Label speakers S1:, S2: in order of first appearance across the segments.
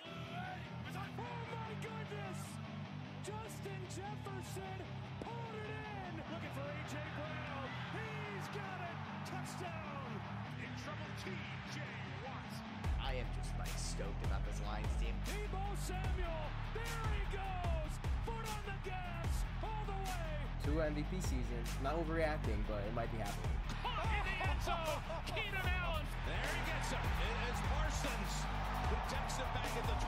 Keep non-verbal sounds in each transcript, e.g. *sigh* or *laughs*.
S1: oh Jefferson pulled it in. Looking for A.J. Brown. He's got it. Touchdown. In trouble, T.J. Watt.
S2: I am just like stoked about this Lions team.
S1: Debo Samuel. There he goes. Foot on the gas. All the way.
S3: Two MVP seasons. Not overreacting, but it might be happening.
S1: Caught in the end *laughs* zone. Keenan Allen.
S4: There he gets him. It is Parsons who decks it back at the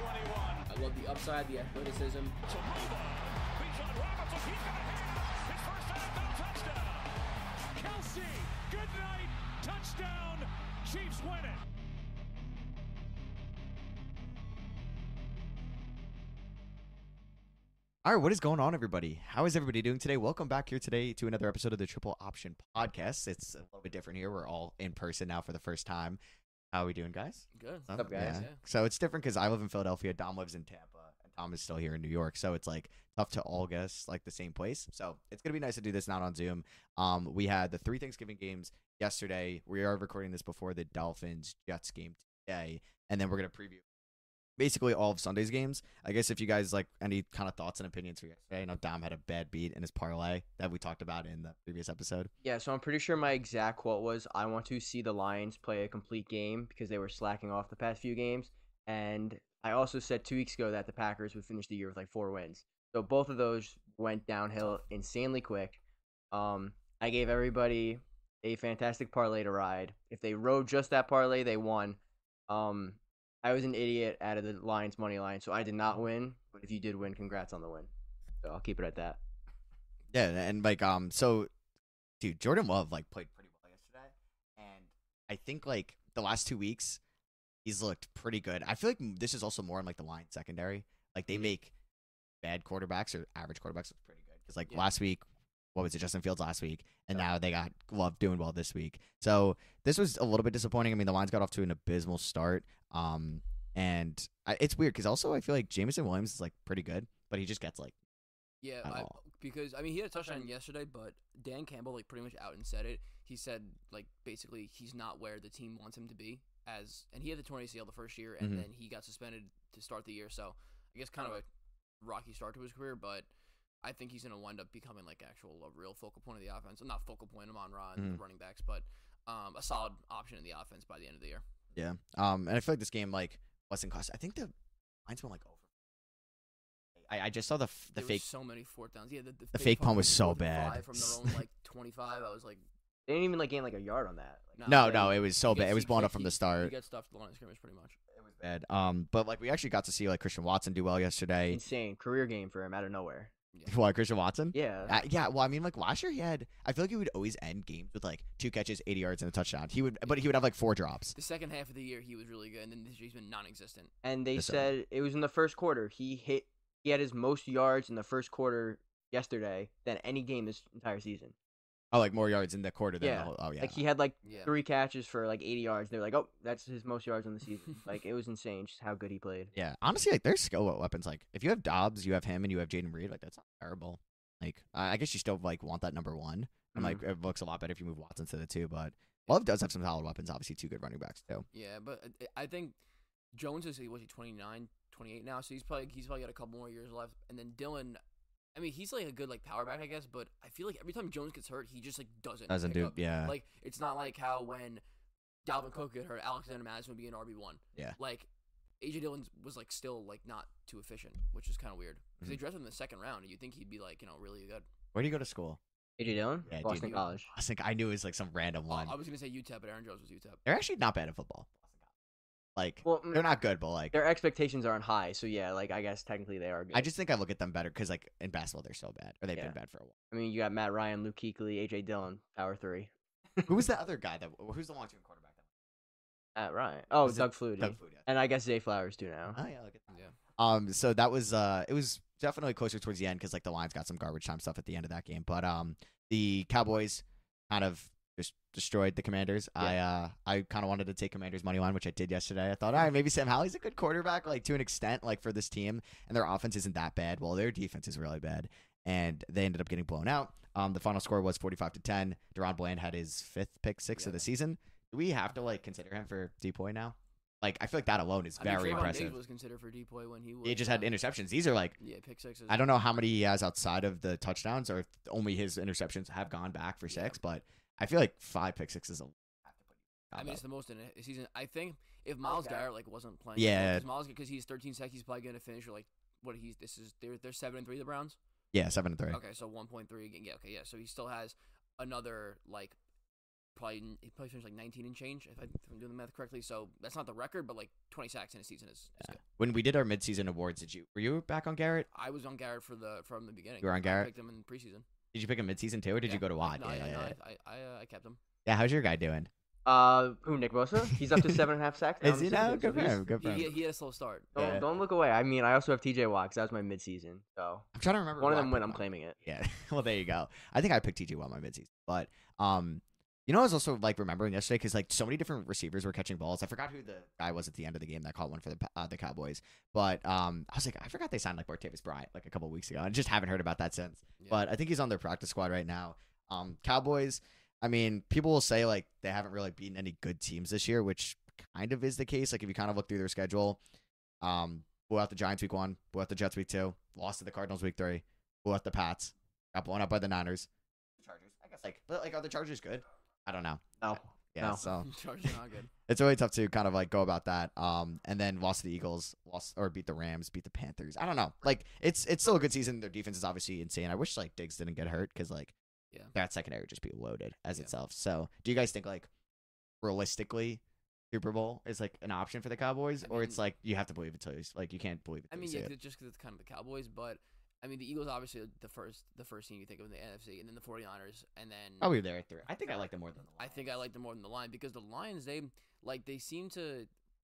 S4: 21.
S3: I love the upside, the athleticism.
S4: To Luba. Bijan Robinson. He's got a hand. His first NFL touchdown.
S1: Kelsey. Good night. Touchdown. Chiefs win it.
S2: All right, what is going on, everybody? How is everybody doing today? Welcome back here today to another episode of the Triple Option Podcast. It's a little bit different here. We're all in person now for the first time. How are we doing, guys?
S5: Good.
S2: What's
S3: up, guys?
S5: Yeah.
S2: So it's different because I live in Philadelphia, Dom lives in Tampa, and Tom is still here in New York. So it's like tough to all guess like the same place. So it's gonna be nice to do this not on Zoom. Um, we had the three Thanksgiving games yesterday. We are recording this before the Dolphins Jets game today, and then we're gonna preview basically all of Sunday's games. I guess if you guys like any kind of thoughts and opinions for yesterday, I know Dom had a bad beat in his parlay that we talked about in the previous episode.
S3: Yeah, so I'm pretty sure my exact quote was I want to see the Lions play a complete game because they were slacking off the past few games. And I also said two weeks ago that the Packers would finish the year with like four wins. So both of those went downhill insanely quick. Um, I gave everybody a fantastic parlay to ride. If they rode just that parlay, they won. Um, I was an idiot out of the Lions money line, so I did not win. But if you did win, congrats on the win. So I'll keep it at that.
S2: Yeah, and like um, so dude, Jordan Love like played pretty well yesterday, and I think like the last two weeks he's looked pretty good. I feel like m- this is also more in like the line secondary. Like
S5: Mm-hmm.
S2: they make bad quarterbacks or average quarterbacks look pretty good because like
S5: Yeah.
S2: last week. What was it, Justin Fields last week, and now they got Love doing well this week. So this was a little bit disappointing. I mean, the Lions got off to an abysmal start, um, and I, it's weird because also I feel like Jameson Williams is like pretty good, but he just gets like
S5: Yeah,
S2: At
S5: I,
S2: all.
S5: because I mean he had a touchdown yesterday, but Dan Campbell like pretty much out and said it. He said like basically he's not where the team wants him to be as and he had the torn ACL the first year and
S2: Mhm.
S5: then he got suspended to start the year, so I guess kind of a rocky start to his career, but I think he's going to wind up becoming like actual a real focal point of the offense. Not focal point, Amon Ra and
S2: Mm-hmm.
S5: the running backs, but um, a solid option in the offense by the end of the year.
S2: Yeah. Um, and I feel like this game like wasn't cost. I think the Lions went like over. I, I just saw the f- the
S5: There were
S2: fake.
S5: so many fourth downs. Yeah, the, the,
S2: fake punt
S5: from
S2: was so
S5: fourth and
S2: bad.
S5: five From their
S2: *laughs*
S5: own like twenty-five, I was like,
S3: They didn't even like gain like a yard on that. Like,
S2: no,
S5: they-
S2: no, it was so
S5: He
S2: bad.
S5: gets-
S2: It was
S5: he
S2: blown
S5: get-
S2: up from
S5: he-
S2: the
S5: He
S2: start.
S5: got stuffed the line of scrimmage pretty much.
S2: Bad. Um, but like we actually got to see like Christian Watson do well yesterday.
S3: insane career game for him out of nowhere.
S2: *laughs* Why Christian Watson?
S3: Yeah,
S2: Uh, yeah, well, I mean, like last year he had. I feel like he would always end games with like two catches, eighty yards, and a touchdown. He would, but he would have like four drops.
S5: The second half of the year, he was really good, and then this year he's been non-existent.
S3: and they
S2: Yes, sir.
S3: said it was in the first quarter. He hit. He had his most yards in the first quarter yesterday than any game this entire season.
S2: Oh, like more yards in the quarter than
S3: Yeah.
S2: the whole. Oh yeah.
S3: Like he had like
S5: Yeah.
S3: three catches for like 80 yards. They were like, oh, that's his most yards on
S2: *laughs*
S3: the season. like it was insane just how good he played.
S2: yeah. Honestly, like their skill weapons. Like if you have Dobbs, you have him, and you have Jaden Reed. Like that's not terrible. Like I I guess you still like want that number one. And like it looks a lot better if you move Watson to the two, but Love does have some solid weapons. Obviously, two good running backs too.
S5: Yeah, but uh, I- I think Jones is was he 29, 28 now, so he's probably he's probably got a couple more years left. And then Dylan, I mean, he's like a good like power back, I guess. But I feel like every time Jones gets hurt, he just like doesn't
S2: Doesn't
S5: pick
S2: do-
S5: up.
S2: yeah.
S5: Like it's not like how when Dalvin Cook get hurt, Alexander Madison would be an RB one.
S2: Yeah.
S5: Like AJ Dillon was like still like not too efficient, which is kind of weird because
S2: Mm-hmm.
S5: they drafted him in the second round, and you think he'd be like you know really good.
S2: Where do you go to school?
S3: AJ Dillon,
S2: Yeah,
S3: Boston
S2: dude. *laughs*
S3: College.
S2: I think I knew it was like some random
S5: Oh,
S2: one.
S5: I was gonna say UTEP, but Aaron Jones was UTEP.
S2: They're actually not bad at football. Like
S3: Well, mm,
S2: they're not good, but like
S3: Their expectations aren't high, so yeah, like I guess technically they are good.
S2: I just think I look at them better because like in basketball they're so bad, or they've
S3: Yeah.
S2: been bad for a while.
S3: I mean, you got Matt Ryan, Luke Kuechly, AJ Dillon, power three.
S2: Who was the other guy that? Who's the long-term quarterback? That
S3: Matt Ryan. Oh,
S2: Was it
S3: Doug Flutie.
S2: Doug Flutie.
S3: And I guess Zay Flowers too now.
S2: Oh yeah, look at that.
S5: Yeah.
S2: Um, so that was uh, it was definitely closer towards the end because like the Lions got some garbage time stuff at the end of that game, but um, the Cowboys kind of just destroyed the Commanders. I uh, I kind of wanted to take Commanders money line, which I did yesterday. I thought, all right, maybe Sam Howell's a good quarterback, like to an extent, like for this team, and their offense isn't that bad. Well, their defense is really bad, and they ended up getting blown out. Um, the final score was forty-five to ten. Deron Bland had his fifth pick six of the season. Do we have to like consider him for depoy now? Like I feel like that alone is
S5: I
S2: very
S5: mean, Trayvon
S2: impressive.
S5: Diggs was considered for deep boy when he was.
S2: he just had
S5: uh,
S2: interceptions. These are like
S5: Yeah, pick sixes.
S2: I don't know how many he has outside of the touchdowns, or if only his interceptions have gone back for six. But I feel like five pick sixes. is a
S5: I mean, it's the most in a season. I think if
S3: Miles
S5: Miles
S3: Garrett.
S5: Garrett like wasn't playing,
S2: Yeah.
S5: because because he's 13 sec, he's probably gonna finish with, like what he's. This is they're they're seven and three the Browns.
S2: yeah, seven and three.
S5: Okay, so 1.3 again. Yeah, okay, yeah. So he still has another like probably n- he probably finished like 19 and change if I- if I'm doing the math correctly. So that's not the record, but like 20 sacks in a season is, is good.
S2: When we did our midseason awards, did you were you back on Garrett?
S5: I was on Garrett for the from the beginning.
S2: You were on
S5: I
S2: Garrett?
S5: picked him in preseason.
S2: Did you pick him midseason too, or did
S5: Yeah.
S2: you go to Watt?
S5: No,
S2: yeah,
S5: I,
S2: yeah,
S5: I, no,
S2: yeah.
S5: I, I, I, uh, I kept him.
S2: Yeah, how's your guy doing?
S3: Uh, who Nick Bosa? He's
S2: *laughs*
S3: up to seven and a half sacks. now
S2: Is
S3: in
S2: he
S3: the season,
S2: now?
S3: so
S2: Good for
S3: he's-
S2: him. Good for
S5: He, he,
S2: him.
S5: he had a slow start.
S3: Don't,
S2: Yeah.
S3: don't look away. I mean, I also have TJ Watt 'cause that was my midseason. So
S2: I'm trying to remember.
S3: one of
S2: who I
S3: them went.
S2: picked
S3: I'm
S2: up.
S3: claiming it.
S2: Yeah. *laughs* well, there you go. I think I picked TJ Watt my midseason, but um, you know, I was also like remembering yesterday because like so many different receivers were catching balls. I forgot who the guy was at the end of the game that caught one for the Pa- uh, the Cowboys, but um, I was like, I forgot they signed like Martavis Bryant like a couple weeks ago. I just haven't heard about that since.
S5: Yeah. *laughs*
S2: But I think he's on their practice squad right now. Um, Cowboys. I mean, people will say like they haven't really beaten any good teams this year, which kind of is the case. Like if you kind of look through their schedule, um, blew out the Giants week one, blew out the Jets week two, lost to the Cardinals week three, blew out the Pats, got blown out by the Niners. Chargers, I guess. Like, but like, are the Chargers good? I don't know.
S3: No.
S2: Yeah,
S3: No.
S2: so
S5: Chargers are not good.
S2: it's really tough to kind of like go about that. Um, and then lost to the Eagles, lost or beat the Rams, beat the Panthers. I don't know. Like, it's it's still a good season. Their defense is obviously insane. I wish like Diggs didn't get hurt because like,
S5: Yeah.
S2: that secondary would just be loaded as
S5: Yeah.
S2: itself. So, do you guys think like realistically? Super Bowl is like an option for the Cowboys,
S5: I
S2: or it's
S5: mean-
S2: like you have to believe until you s- like you can't believe it.
S5: I
S2: till you
S5: mean,
S2: see
S5: yeah,
S2: it.
S5: 'cause- just because it's kind of the Cowboys, but I mean, the Eagles obviously are the first the first team you think of in the NFC, and then the 49ers, and then
S2: I'll be there at three. I think I like them more than the
S5: I
S2: Lions.
S5: think I like them more than the Lions because the Lions they like they seem to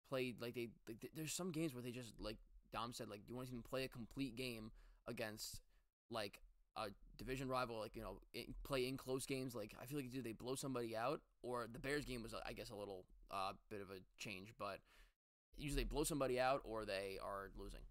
S5: play like they like, th- there's some games where they just like Dom said like you want to play a complete game against like a division rival like you know in, play in close games like I feel like either they blow somebody out or the Bears game was I guess a little uh, bit of a change but usually they blow somebody out or they are losing.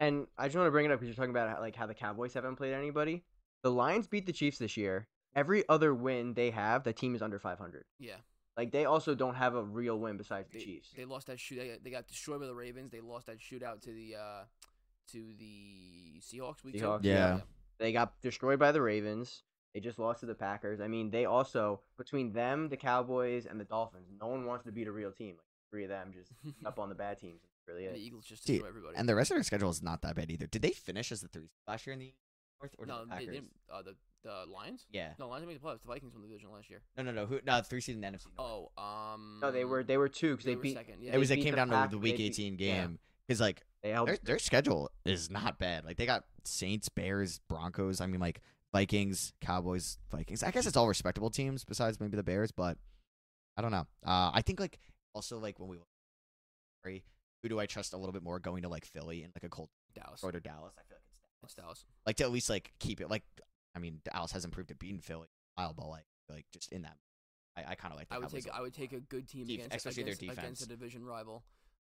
S3: And I just want to bring it up because you're talking about how, like how the Cowboys haven't played anybody. The Lions beat the Chiefs this year. Every other win they have, the team is under 500.
S5: Yeah.
S3: Like they also don't have a real win besides the
S5: they,
S3: Chiefs.
S5: they lost that shoot. They, they got destroyed by the Ravens. They lost that shootout to the uh, to the Seahawks. Week two?
S3: Seahawks,
S2: Yeah.
S3: They got destroyed by the Ravens. They just lost to the Packers. I mean, they also between them, the Cowboys, and the Dolphins, no one wants to beat a real team. Like three of them
S5: *laughs*
S3: just up on the bad teams. It's really
S5: And The
S3: it.
S5: Eagles just
S2: Dude,
S5: destroy everybody.
S2: And the rest of their schedule is not that bad either. Did they finish as the three seed last year in the North or did
S5: no,
S2: the
S5: they
S2: Packers?
S5: didn't. Uh, the the Lions.
S2: Yeah.
S5: No, Lions didn't make the playoffs. The Vikings won the division last year.
S2: No, no, no. Who? No, three seed in the NFC. North.
S5: Oh, um.
S3: No, they were they were two because
S5: they
S3: they,
S5: were
S3: beat.
S5: second, yeah.
S2: Mm. it was.
S3: they
S2: It
S3: beat
S2: came
S3: the
S2: down
S3: Pack-
S2: to
S3: they
S2: the Week
S3: beat-
S2: 18
S3: yeah.
S2: game because like
S3: They
S5: Oh.
S3: helped.
S2: their their schedule is not bad. Like they got Saints, Bears, Broncos. I mean, like Vikings, Cowboys, Vikings. I guess it's all respectable teams besides maybe the Bears, but I don't know. Uh, I think like also like when we sorry, who do I trust a little bit more going to like Philly and like a cold
S5: Dallas.
S2: Detroit or Dallas? I feel like it's
S5: It's Dallas.
S2: like to at least like keep it like I mean Dallas hasn't proved to beat in Philly in a while, but like like just in that I, I kind of like the
S5: I would
S2: Cowboys
S5: take
S2: a
S5: I
S2: little
S5: would take
S2: more.
S5: a good team
S2: Def-
S5: against
S2: especially their
S5: against, against a
S2: defense.
S5: division rival.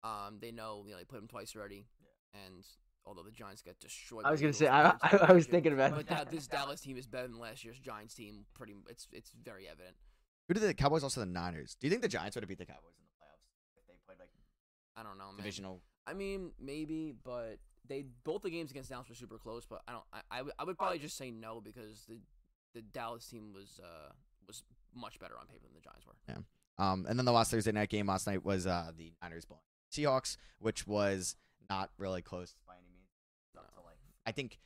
S5: Um, they know you know they played them twice already, and although the Giants got destroyed,
S3: I
S5: by
S3: was
S5: the
S3: gonna
S5: Eagles
S3: say
S5: in
S3: I,
S5: the
S3: *laughs* I, I
S5: division
S3: was
S5: championship,
S3: thinking about
S5: But that, this Dallas team is better than last year's Giants team. Pretty, m- it's it's very evident.
S2: Who did the Cowboys also the Niners? Do you think the Giants would have beat the Cowboys in the playoffs if they played like
S5: I don't know, man.
S2: divisional?
S5: I mean, maybe, but they both the games against Dallas were super close. But I don't. I, I, would- I would probably just say no because the the Dallas team was uh was much better on paper than the Giants were.
S2: Um, and then the last Thursday night game last night was uh the Niners blowing Seahawks, which was not really close by any means. It's up to, like, I think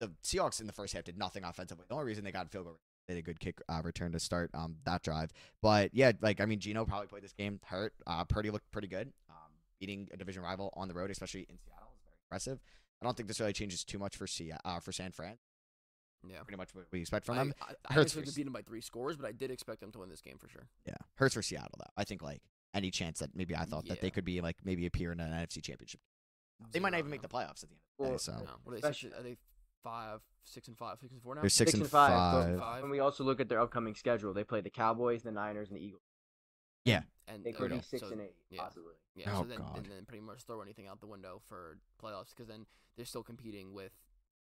S2: the Seahawks in the first half did nothing offensively. The only reason they got a field goal they did a good kick uh, return to start um that drive. But yeah, like I mean, Gino probably played this game hurt. Uh, Purdy looked pretty good. Um, beating a division rival on the road, especially in Seattle, is very impressive. I don't think this really changes too much for Se- uh, for San Fran.
S5: Yeah.
S2: Pretty much what we expect from
S5: I,
S2: them.
S5: I, I
S2: Hurts
S5: expected
S2: first.
S5: to beat them by three scores, but I did expect them to win this game for sure.
S2: Yeah, hurts for Seattle though. I think like any chance that maybe I thought that they
S5: Yeah.
S2: could be like maybe appear in an NFC Championship. They might not even make the playoffs at the end. Of the
S3: Well,
S2: day, so
S5: No, what are they? Six,
S3: Oh, Especially-
S5: are they five, six and five, six and four now?
S2: they're six, and five.
S3: but
S5: five.
S3: When we also look at their upcoming schedule, they play the Cowboys, the Niners, and the Eagles.
S5: and
S3: They
S5: uh,
S3: could
S5: yeah,
S3: be six
S5: so-
S3: and eight,
S5: yeah.
S3: possibly.
S5: Yeah,
S2: Oh,
S5: so then,
S2: God.
S5: and then pretty much throw anything out the window for playoffs because then they're still competing with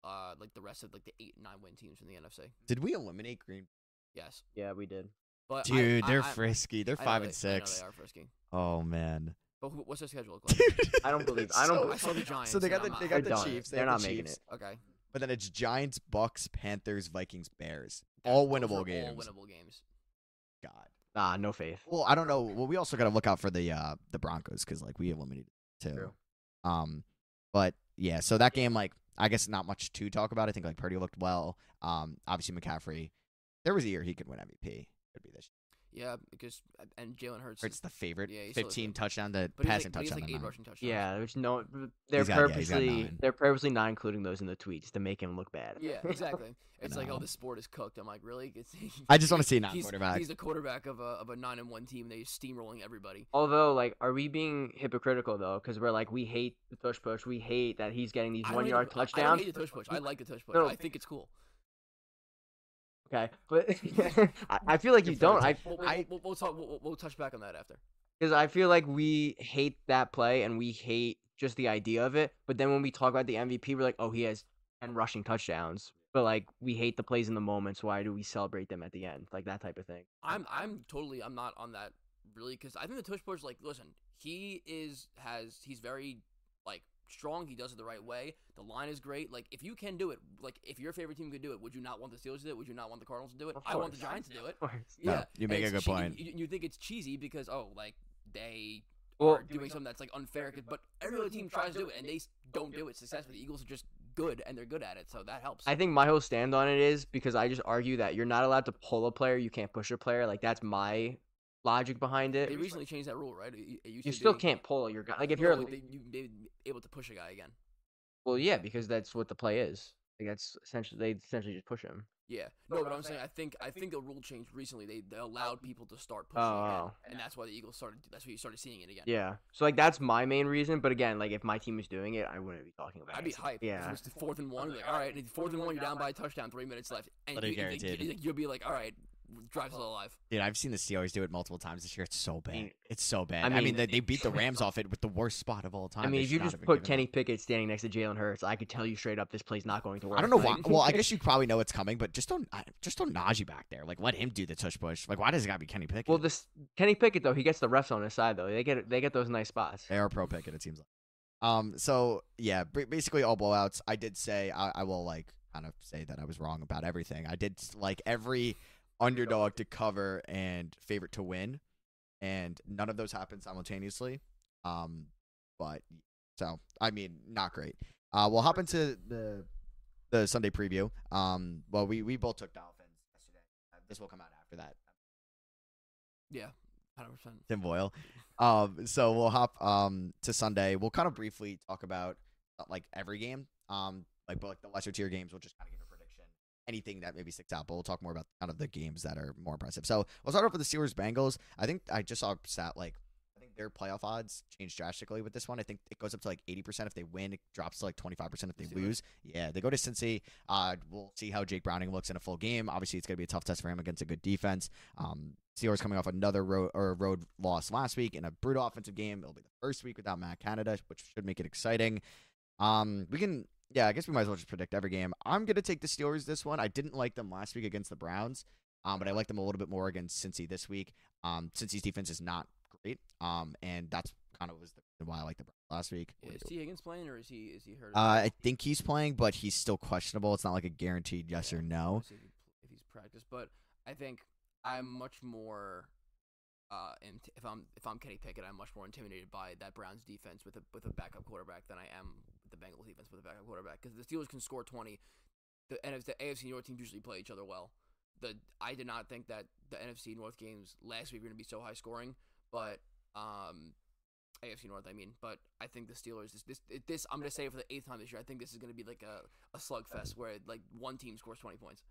S5: uh like the rest of like the eight and nine win teams from the NFC.
S2: Did we eliminate Green?
S5: Yes,
S3: Yeah, we did.
S5: but I-
S2: Dude,
S5: I-
S2: they're
S5: I-
S2: frisky. They're
S5: I know
S2: five and
S5: they- I know
S2: six.
S5: They are frisky.
S2: *laughs* Oh man,
S5: But who, what's their schedule look like?
S2: *laughs*
S3: I don't believe- I don't
S2: So-
S3: believe-
S5: I saw the Giants.
S2: So they
S5: and
S2: got the
S5: I'm
S2: they got
S5: out.
S3: They're
S2: the
S3: done.
S2: Chiefs. They
S3: They're
S2: have
S3: not
S2: the
S3: making
S2: Chiefs.
S3: it.
S5: Okay.
S2: But then it's Giants, Bucks, Panthers, Vikings, Bears.
S5: Yeah,
S2: all
S5: those are
S2: winnable games.
S5: All winnable games.
S2: God.
S3: Nah, no faith.
S2: Well, I don't know. Well, we also got to look out for the uh the Broncos because like we eliminated two.
S3: True.
S2: Um, but yeah, so that game like I guess not much to talk about. I think like Purdy looked well. Um, obviously McCaffrey. There was a year he could win MVP. Could be this.
S5: Yeah, because uh, and Jalen Hurts.
S2: Hurts the favorite.
S5: Yeah, he's still the
S2: Fifteen
S5: favorite.
S2: touchdown to
S5: but he's
S2: passing
S5: like, but he's
S2: touchdown.
S5: like
S2: to
S5: eight
S2: nine.
S5: rushing touchdowns.
S3: Yeah, there's no. They're
S2: He's got- yeah, he's got
S3: purposely
S2: nine.
S3: they're purposely not including those in the tweets to make him look bad.
S5: Yeah,
S2: *laughs*
S5: exactly. It's like, oh,
S2: know.
S5: this sport is cooked. I'm like, really? It's, *laughs*
S2: I just wanna see
S5: he's-
S2: non-quarterback.
S5: He's the quarterback of a of a nine and one team. They steamrolling everybody.
S3: *laughs* Although, like, are we being hypocritical though? Because we're like, we hate the tush push. We hate that he's getting these
S5: I don't
S3: one
S5: hate
S3: yard
S5: the- I- I don't
S3: touchdowns.
S5: hate the tush push. I like the tush push.
S3: No.
S5: I think it's cool.
S3: Okay, but *laughs* I, I feel like you
S2: You're
S3: don't. I
S5: We'll, we'll,
S2: I-
S5: we'll, we'll talk. We'll, we'll- we'll touch back on that after.
S3: because I feel like we hate that play and we hate just the idea of it. But then when we talk about the MVP, we're like, oh, he has ten rushing touchdowns. But like, we hate the plays in the moments. why do we celebrate them at the end? Like that type of thing.
S5: I'm I'm totally I'm not on that really because I think the tush push like listen he is has he's very like strong he does it the right way the line is great like if you can do it like if your favorite team could do it would you not want the Steelers to do it would you not want the Cardinals to do it
S3: Of
S5: I want the
S3: course.
S5: Giants to do it
S3: Of course.
S2: No,
S5: yeah
S2: you
S5: and
S2: make a
S5: it's
S2: good
S5: chee-
S2: point.
S5: you, you think it's cheesy because oh like they
S3: Well,
S5: are doing something that's like unfair 'cause- but every other team tries to do it and they s- don't do it successfully the Eagles are just good and they're good at it so that helps
S3: I think my whole stand on it is because I just argue that you're not allowed to pull a player, you can't push a player. Like that's my logic behind it.
S5: they recently changed that rule right It- it used
S3: you
S5: to
S3: still
S5: be-
S3: can't pull your guy. Like if
S5: No,
S3: you're a-
S5: but they, you, they able to push a guy again.
S3: well, yeah, because that's what the play is. Like that's essentially they essentially just push him.
S5: Yeah. No, but I'm saying I think I think the rule changed recently. They, they allowed people to start pushing again,
S3: Oh.
S5: and that's why the Eagles started. That's why you started seeing it again.
S3: Yeah. So like that's my main reason. But again, like if my team was doing it, I wouldn't be talking about
S5: I'd
S3: it.
S5: be hyped. If it
S3: Yeah.
S5: was the fourth and one. Like, all right, and fourth and one, you're down by a touchdown, three minutes left, and
S2: But I
S5: you, you-
S2: guaranteed.
S5: you- you'll be like, all right, drives still alive.
S2: Dude, I've seen the Steelers do it multiple times this year. It's so bad.
S3: mean-
S2: It's so bad. I
S3: I
S2: mean,
S3: mean-
S2: they, they beat the Rams off it with the worst spot of all time.
S3: I mean,
S2: They
S3: if
S2: should
S3: you
S2: not
S3: just
S2: have been
S3: put
S2: given
S3: Kenny
S2: that.
S3: Pickett standing next to Jalen Hurts, I could tell you straight up this play's not going to work.
S2: I don't know why.
S3: Like-
S2: Well, I
S3: *laughs*
S2: guess you probably know it's coming, but just don't I- just don't Najee back there. Like, let him do the tush push. Like, why does it got to be Kenny Pickett?
S3: well, this Kenny Pickett though, he gets the refs on his side though. They get they get those nice spots.
S2: They are pro Pickett, it seems like. Um, so yeah, b- basically all blowouts. I did say I, I will like kind of say that I was wrong about everything. I did s- like every underdog to cover and favorite to win, and none of those happened simultaneously. Um, but so I mean, not great. Uh, we'll hop into the the Sunday preview. Um, well, we we both took Dolphins yesterday. Uh, This will come out after that.
S5: Yeah, hundred percent.
S2: Tim Boyle. Um, so we'll hop um to Sunday. We'll kind of briefly talk about uh, like every game. Um, like but like the lesser tier games, we'll just kind of give a prediction. Anything that maybe sticks out, but we'll talk more about kind of the games that are more impressive. So we'll start off with the Steelers Bengals. I think I just saw a stat like I think their playoff odds changed drastically with this one. I think it goes up to like eighty percent if they win. It drops to like twenty five percent if they
S5: Steelers.
S2: lose. Yeah, they go to Cincy. Uh, we'll see how Jake Browning looks in a full game. Obviously, it's going to be a tough test for him against a good defense. Um, Steelers coming off another road or road loss last week in a brutal offensive game. It'll be the first week without Matt Canada, which should make it exciting. Um, we can, yeah, I guess we might as well just predict every game. I'm going to take the Steelers this one. I didn't like them last week against the Browns, um, but I like them a little bit more against Cincy this week. Um, Cincy's defense is not great, um, and that's kind of was the reason why I like the Browns last week.
S5: Is T Higgins playing or is he is he hurt?
S2: Uh, I think he's playing, but he's still questionable. It's not like a guaranteed yes
S5: Yeah,
S2: or
S5: I
S2: no.
S5: wanna see if, he, pl- if he's practiced. But I think I'm much more. Uh, and if I'm if I'm Kenny Pickett, I'm much more intimidated by that Browns defense with a with a backup quarterback than I am the Bengals defense with a backup quarterback because the Steelers can score 20. The NFC the AFC North teams usually play each other well. The I did not think that the NFC North games last week were going to be so high scoring, but um, AFC North, I mean, but I think the Steelers this this this I'm going to say it for the eighth time this year. I think this is going to be like a a slugfest where like one team scores 20 points.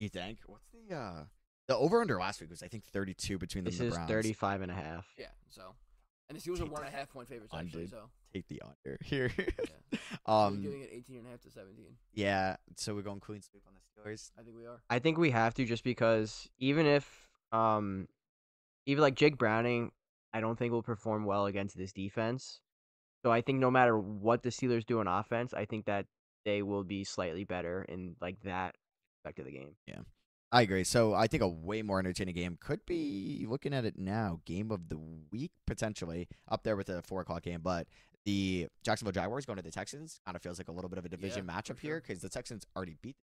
S2: You think? What's the uh the over under last week was I think thirty two between them
S3: This
S2: and the
S3: is
S2: Browns.
S3: 35 and a half.
S5: Yeah, so and the Steelers are
S2: Take
S5: one and
S2: that.
S5: a half point favorites actually.
S2: Undid.
S5: So
S2: Take the under *laughs* here.
S5: yeah, um,
S2: um
S5: giving it 18 and a half to 17.
S2: yeah, so we're going clean sweep on the Steelers.
S5: I think we are.
S3: I think we have to just because even if um even like Jake Browning, I don't think will perform well against this defense. So I think no matter what the Steelers do on offense, I think that they will be slightly better in like that aspect of the game.
S2: I agree. So I think a way more entertaining game could be looking at it now, game of the week potentially up there with the four o'clock game, but the Jacksonville Jaguars going to the Texans kind of feels like a little bit of a division
S5: for
S2: matchup here
S5: sure.
S2: because the Texans already beat.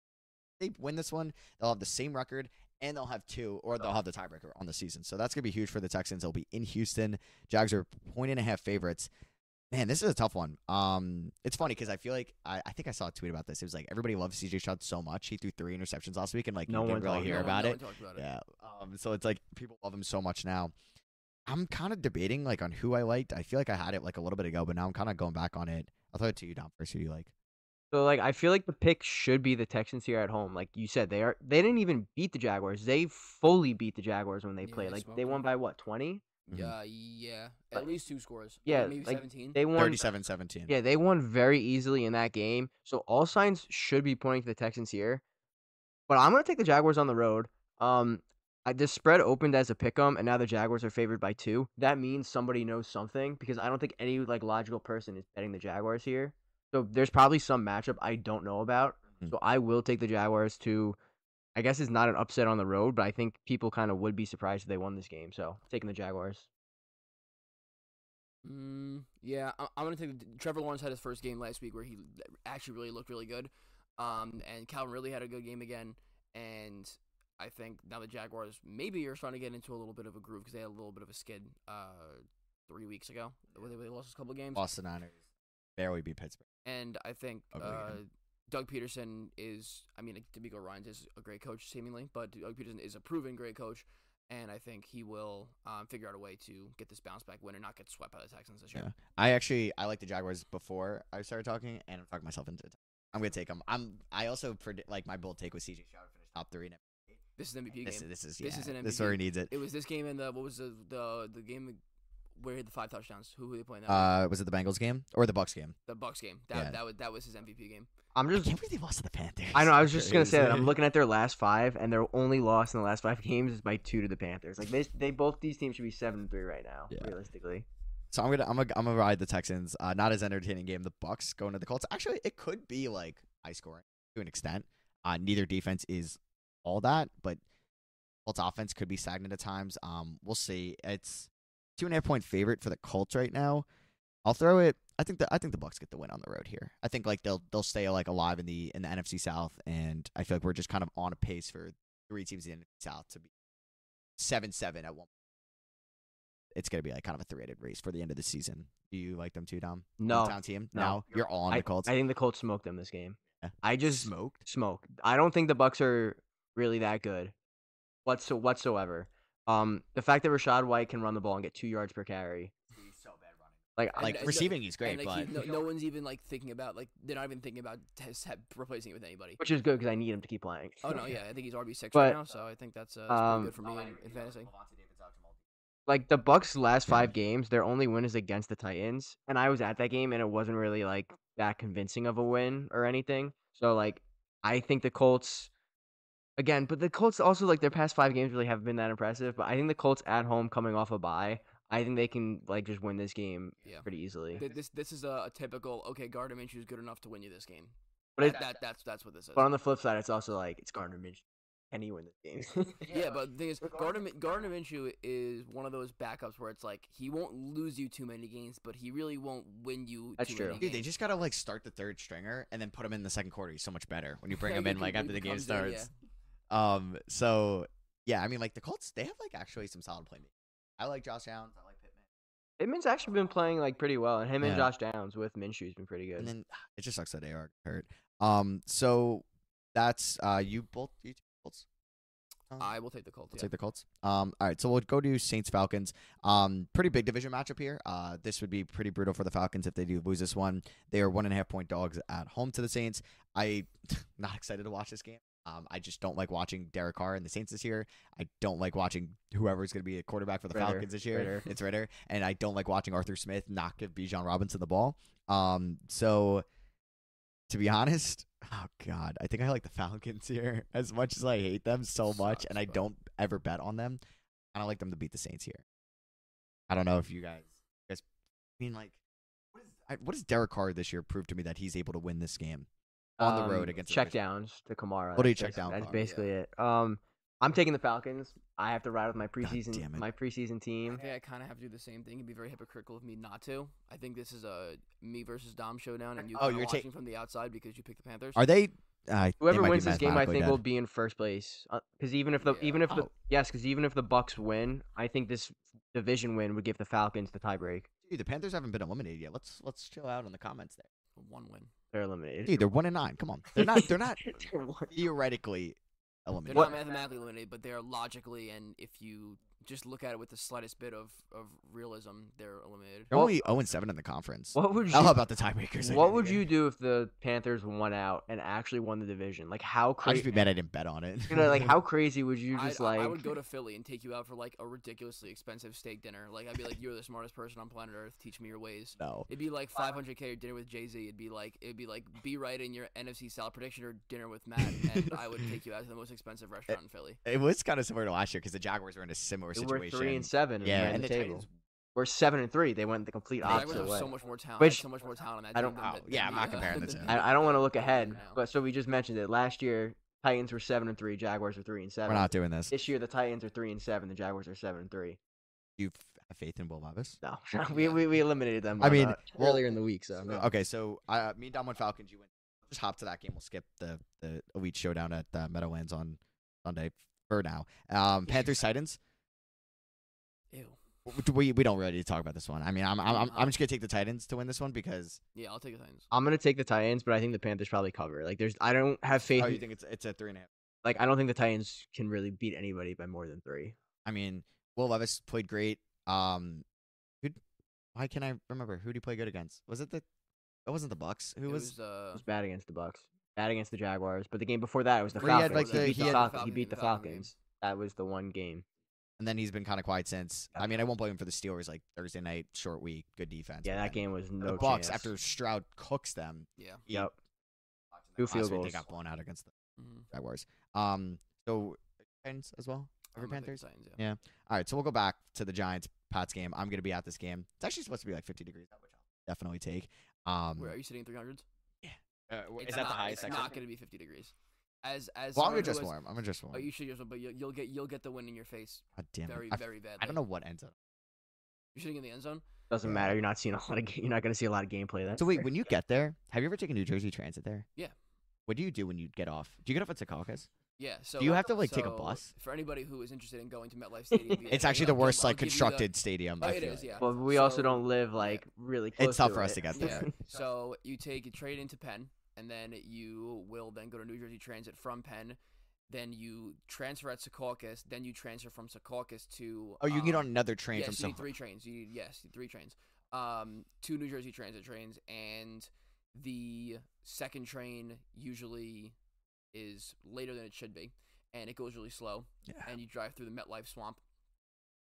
S2: They win this one, they'll have the same record and they'll have two or they'll have the tiebreaker on the season. So that's gonna be huge for the Texans. They'll be in Houston. Jags are point and a half favorites. Man, this is a tough one. Um, it's funny because I feel like I, I think I saw a tweet about this. It was like everybody loves CJ Stroud so much. He threw three interceptions last week, and like
S3: No
S2: you
S3: one
S2: didn't really
S3: talked
S2: hear
S5: no
S2: about
S5: one,
S2: it.
S5: No one talked about it.
S2: Yeah. Um, so it's like people love him so much now. I'm kind of debating like on who I liked. I feel like I had it like a little bit ago, but now I'm kind of going back on it. I'll throw it to you, Dom, first. Who do you like?
S3: So like I feel like the pick should be the Texans here at home. Like you said, they are they didn't even beat the Jaguars. They fully beat the Jaguars when they
S5: Yeah,
S3: played.
S5: they
S3: Like
S5: smoked
S3: they won
S5: them.
S3: by what twenty?
S2: Mhm.
S5: Yeah, yeah. At
S3: Like-
S5: least two scores.
S3: yeah,
S5: maybe
S3: like,
S5: seventeen.
S3: They won.
S2: 37 17.
S3: Yeah, they won very easily in that game. So all signs should be pointing to the Texans here. But I'm gonna take the Jaguars on the road. Um, I, this spread opened as a pick 'em, and now the Jaguars are favored by two. That means somebody knows something because I don't think any like logical person is betting the Jaguars here. So there's probably some matchup I don't know about.
S2: Mhm.
S3: So I will take the Jaguars to. I guess it's not an upset on the road, but I think people kind of would be surprised if they won this game. So taking the Jaguars.
S5: Mm, yeah, I, I'm gonna take the, Trevor Lawrence had his first game last week where he actually really looked really good, um, and Calvin really had a good game again, and I think now the Jaguars maybe are starting to get into a little bit of a groove because they had a little bit of a skid uh, three weeks ago where they, they lost a couple of games,
S2: Lost the Niners. Barely beat Pittsburgh.
S5: and I think
S2: Ugly
S5: uh,
S2: game.
S5: Doug Peterson is. I mean, D'Amico Ryan's is a great coach seemingly, but Doug Peterson is a proven great coach. And I think he will um, figure out a way to get this bounce back win and not get swept by the Texans this year.
S2: Yeah. I actually I like the Jaguars before I started talking, and I'm talking myself into it. I'm gonna take them. I'm. I also predict like my bold take with CJ Stroud to finish top three. And
S5: This is an MVP
S2: this,
S5: game.
S2: this is yeah,
S5: This
S2: this
S5: is an MVP.
S2: where he needs it.
S5: It was this game and the what was the the, the game where he had the five touchdowns? Who were they playing? That week?
S2: Uh, was it the Bengals game or the Bucks game?
S5: the Bucks game. That
S2: yeah.
S5: that was that was his MVP game.
S3: I'm
S2: I
S3: just
S2: can't believe they lost to the Panthers.
S3: I know. I was just gonna say that.
S2: Crazy.
S3: I'm looking at their last five, and their only loss in the last five games is by two to the Panthers. Like they, they both these teams should be seven and three right now,
S2: Yeah.
S3: realistically.
S2: So I'm gonna I'm gonna I'm gonna ride the Texans. Uh, not as entertaining game. The Bucks going to the Colts. Actually, it could be like high scoring to an extent. Uh, neither defense is all that, but Colts offense could be stagnant at times. Um, we'll see. It's two and a half point favorite for the Colts right now. I'll throw it. I think the I think the Bucks get the win on the road here. I think like they'll they'll stay like alive in the in the NFC South, and I feel like we're just kind of on a pace for three teams in the NFC South to be seven seven at one. It's gonna be like kind of a three headed race for the end of the season. Do you like them too, Dom?
S3: No,
S2: town team.
S3: no.
S2: you're all on
S3: I,
S2: the Colts.
S3: I think the Colts smoked them this game.
S2: Yeah.
S3: I just smoke.
S2: smoked.
S3: I don't think the Bucks are really that good, whatso whatsoever. Um, the fact that Rashad White can run the ball and get two yards per carry, like I-
S2: Like
S5: and-
S2: receiving, he's great,
S5: and like,
S2: but
S5: he- no, no one's even like thinking about like they're not even thinking about has, had- replacing it with anybody.
S3: which is good because I need him to keep playing.
S5: Oh
S3: *laughs*
S5: no, yeah, I think he's RB six
S3: But,
S5: right now, so I think that's, uh, that's pretty
S3: um,
S5: good for me in, in fantasy.
S3: like the Bucks last five games, their only win is against the Titans, and I was at that game, and it wasn't really like that convincing of a win or anything. So like, I think the Colts, again, but the Colts also like their past five games really haven't been that impressive. But I think the Colts at home, coming off a bye, I think they can like just win this game
S5: Yeah.
S3: pretty easily.
S5: Th- This this is a, a typical okay. Gardner Minshew is good enough to win you this game.
S3: But
S5: But
S3: it,
S5: that, that that's that's what this is.
S3: but on the flip side, it's also like it's Gardner Minshew. Can he win this game?
S5: Yeah,
S3: *laughs*
S5: but the thing is, Gardner, Min- Gardner Minshew is one of those backups where it's like he won't lose you too many games, but he really won't win you.
S3: That's
S5: too
S3: true.
S5: Many
S2: Dude, they
S5: games.
S2: just gotta like start the third stringer and then put him in the second quarter. He's so much better when you bring
S5: Yeah,
S2: him
S5: he
S2: in
S5: can-
S2: like
S5: he
S2: after the game
S5: becomes in, yeah.
S2: starts. Um, so yeah, I mean like the Colts, they have like actually some solid playmakers. I like Josh Allen. I like Pittman.
S3: Pittman's actually been playing like pretty well, and him and
S2: Yeah.
S3: Josh Downs with Minshew's been pretty good.
S2: And then *sighs* it just sucks that they are hurt. Um, so that's uh you both you two Colts. Um,
S5: I will take the Colts.
S2: We'll
S5: yeah.
S2: take the Colts. Um, all right, so we'll go to Saints Falcons. Um, pretty big division matchup here. Uh, this would be pretty brutal for the Falcons if they do lose this one. They are one and a half point dogs at home to the Saints. I *laughs* not excited to watch this game. Um, I just don't like watching Derek Carr and the Saints this year. I don't like watching whoever's going to be a quarterback for the
S3: Ritter,
S2: Falcons this year.
S3: Ritter.
S2: It's Ritter, and I don't like watching Arthur Smith not give Bijan Robinson the ball. Um, so to be *laughs* honest, oh god, I think I like the Falcons here *laughs* as much as I hate them so much, and I
S5: Sucks, but-
S2: don't ever bet on them. I don't like them to beat the Saints here. I don't know if you guys, you guys I mean, like, what is I, what does Derek Carr this year prove to me that he's able to win this game on the road
S3: um,
S2: against the
S3: check
S2: Ravens.
S3: downs to Kamara.
S2: What do you check
S3: That's basi-
S2: down
S3: That's
S2: Kamara?
S3: basically it. Um, I'm taking the Falcons. I have to ride with my
S2: damn
S3: preseason
S2: it.
S3: my preseason
S5: I
S3: team.
S5: think I kind of have to do the same thing. It'd be very hypocritical of me not to. I think this is a me versus Dom showdown, and you
S2: Oh,
S5: are
S2: you're ta-
S5: watching from the outside because you picked the Panthers.
S2: Are they? Uh,
S3: Whoever wins this game, I think, will be in first place. Because even if the
S5: Yeah.
S3: even if the
S2: Oh.
S3: yes, because even if the Bucks win, I think this division win would give the Falcons the tiebreak.
S2: Dude, the Panthers haven't been eliminated yet. Let's let's chill out on the comments there.
S5: One win.
S3: They're eliminated.
S2: Dude, they're one and nine. Come on, they're not. They're
S3: *laughs*
S2: not
S5: *laughs*
S3: They're one-
S2: theoretically
S5: They're
S2: eliminated.
S5: not mathematically eliminated, but they are logically, and if you just look at it with the slightest bit of, of realism, they're eliminated.
S2: They're
S3: Well-
S2: only zero oh and seven in the conference.
S3: what would
S2: How
S3: you
S2: about the tiebreakers?
S3: What would you do if the Panthers won out and actually won the division? Like how
S2: I'd just
S3: crazy?
S2: be mad I didn't bet on it. *laughs*
S3: like how crazy would you
S5: I'd-
S3: just
S5: I,
S3: like?
S5: I would go to Philly and take you out for like a ridiculously expensive steak dinner. Like I'd be like, "You're the smartest person on planet Earth. Teach me your ways."
S2: no.
S5: It'd be like 500k or dinner with Jay Z. It'd be like it'd be like be right in your NFC South prediction or dinner with Matt,
S2: *laughs*
S5: and I would take you out to the most expensive
S2: Eh,
S5: restaurant in Philly.
S2: It was kind of similar to last year because the Jaguars were in a similar situation.
S3: we're three and seven.
S2: Yeah.
S3: Yeah,
S2: And
S3: and
S2: the
S3: the table.
S2: Titans-
S3: We're seven and three. They went the complete
S5: The Jaguars
S3: opposite
S5: have
S3: way.
S5: so much more talent.
S3: Which-
S5: so much more talent. on that
S3: I
S5: team
S3: don't-
S5: than
S2: oh,
S5: the-
S2: yeah,
S5: than
S2: I'm
S5: the,
S2: not
S5: uh,
S2: comparing
S5: *laughs*
S2: the
S5: than
S2: two.
S5: the
S3: I, I don't want to look
S5: Jaguars
S3: ahead,
S5: right now.
S3: but so we just mentioned it. Last year, Titans were seven and three. Jaguars were three and 7
S2: We're not doing this. Do
S3: This year, the Titans are three and seven. The Jaguars are seven and three.
S2: you f- have faith in Will Levis?
S3: No, *laughs* we, we, we eliminated them.
S2: I
S3: on,
S2: mean,
S3: uh,
S2: well,
S3: earlier in the week. So
S2: So,
S3: no.
S2: Okay, so uh, me and Dom went Falcons. You went. Just hop to that game. We'll skip the the elite showdown at uh, Meadowlands on Sunday for now. Um, Panthers Titans.
S5: Ew.
S2: w- We we don't really need to talk about this one. I mean, I'm I'm I'm- I'm just gonna take the Titans to win this one because
S5: Yeah, I'll take the Titans.
S3: I'm gonna take the Titans, but I think the Panthers probably cover. Like, there's I don't have faith.
S2: oh,
S3: in-
S2: you think it's it's a three and a half.
S3: like, I don't think the Titans can really beat anybody by more than three.
S2: I mean, Will Levis played great. Um, who? Why can not I remember who did he play good against? Was it the? It wasn't the Bucks. Who
S5: It
S2: was?
S5: was, uh,
S3: It was bad against the Bucks, bad against the Jaguars, but the game before that it was the
S2: Where he had,
S3: Falcons.
S2: like, the-
S3: he beat
S2: he had-
S3: the, Falcons. he
S5: Falcons
S3: beat
S5: in
S3: the
S5: the Falcon game.
S3: Falcons. That was the one game.
S2: and then he's been kind of quiet since. I mean, I won't blame him for the Steelers. Like Thursday night, short week, good defense.
S3: Yeah,
S2: but
S3: that
S2: then
S3: game was no
S2: the Bucks
S3: chance.
S2: after Stroud cooks them.
S5: yeah.
S2: he-
S3: Yep.
S2: Two
S3: Two field
S2: They
S3: goals.
S2: got blown out against the
S5: mhm.
S2: Jaguars. Um, so Titans as well.
S5: I'm
S2: Over
S5: gonna take the
S2: Panthers.
S5: Titans,
S2: Yeah. All right, so we'll go back to the Giants Pats game. I'm gonna be at this game. It's actually supposed to be like 50 degrees out, which I'll definitely take. Um,
S5: Where are you sitting? Three hundreds?
S2: uh, w-
S5: It's
S2: is that
S5: not,
S2: the highest?
S5: It's
S2: section?
S5: not going to be 50 degrees. As as
S2: Well, I'm
S5: someone
S2: gonna
S5: who
S2: just
S5: has-
S2: warm. I'm gonna just warm.
S5: Oh, you should just, but you'll, you'll get you'll get the wind in your face
S2: God damn it.
S5: very
S2: I,
S5: very badly.
S2: I don't know what ends up.
S5: You're sitting in the end zone.
S3: Doesn't matter. You're not seeing a lot of. ga- You're not gonna see a lot of gameplay. That
S2: So
S3: *laughs*
S2: wait, when you get there, have you ever taken New Jersey Transit there?
S5: Yeah.
S2: What do you do when you get off? Do you get off at Secaucus?
S5: Yeah. So uh,
S2: you have to, like, take a
S5: so
S2: bus?
S5: For anybody who is interested in going to MetLife Stadium, yeah,
S2: *laughs* It's
S5: I'll-
S2: actually the
S5: I'll-
S2: worst
S5: I'll
S2: like
S5: give you the-
S2: constructed stadium.
S5: Oh,
S2: I
S5: it
S2: feel
S5: is.
S2: like.
S5: Yeah.
S3: But we also
S5: So-
S3: don't live like really. close
S2: tough
S3: to
S2: for us
S3: it.
S2: to get
S5: Yeah.
S2: there.
S5: so you take you trade into Penn, and then you will then go to New Jersey Transit from Penn. Then you transfer at Secaucus. Then you transfer from Secaucus to.
S2: Oh, you can get
S5: um,
S2: on another train
S5: yes,
S2: from
S5: you
S2: somewhere.
S5: need three trains. You need yes, three trains. Um, two New Jersey Transit trains, and the second train usually is later than it should be, and it goes really slow.
S2: Yeah.
S5: And you drive through the MetLife Swamp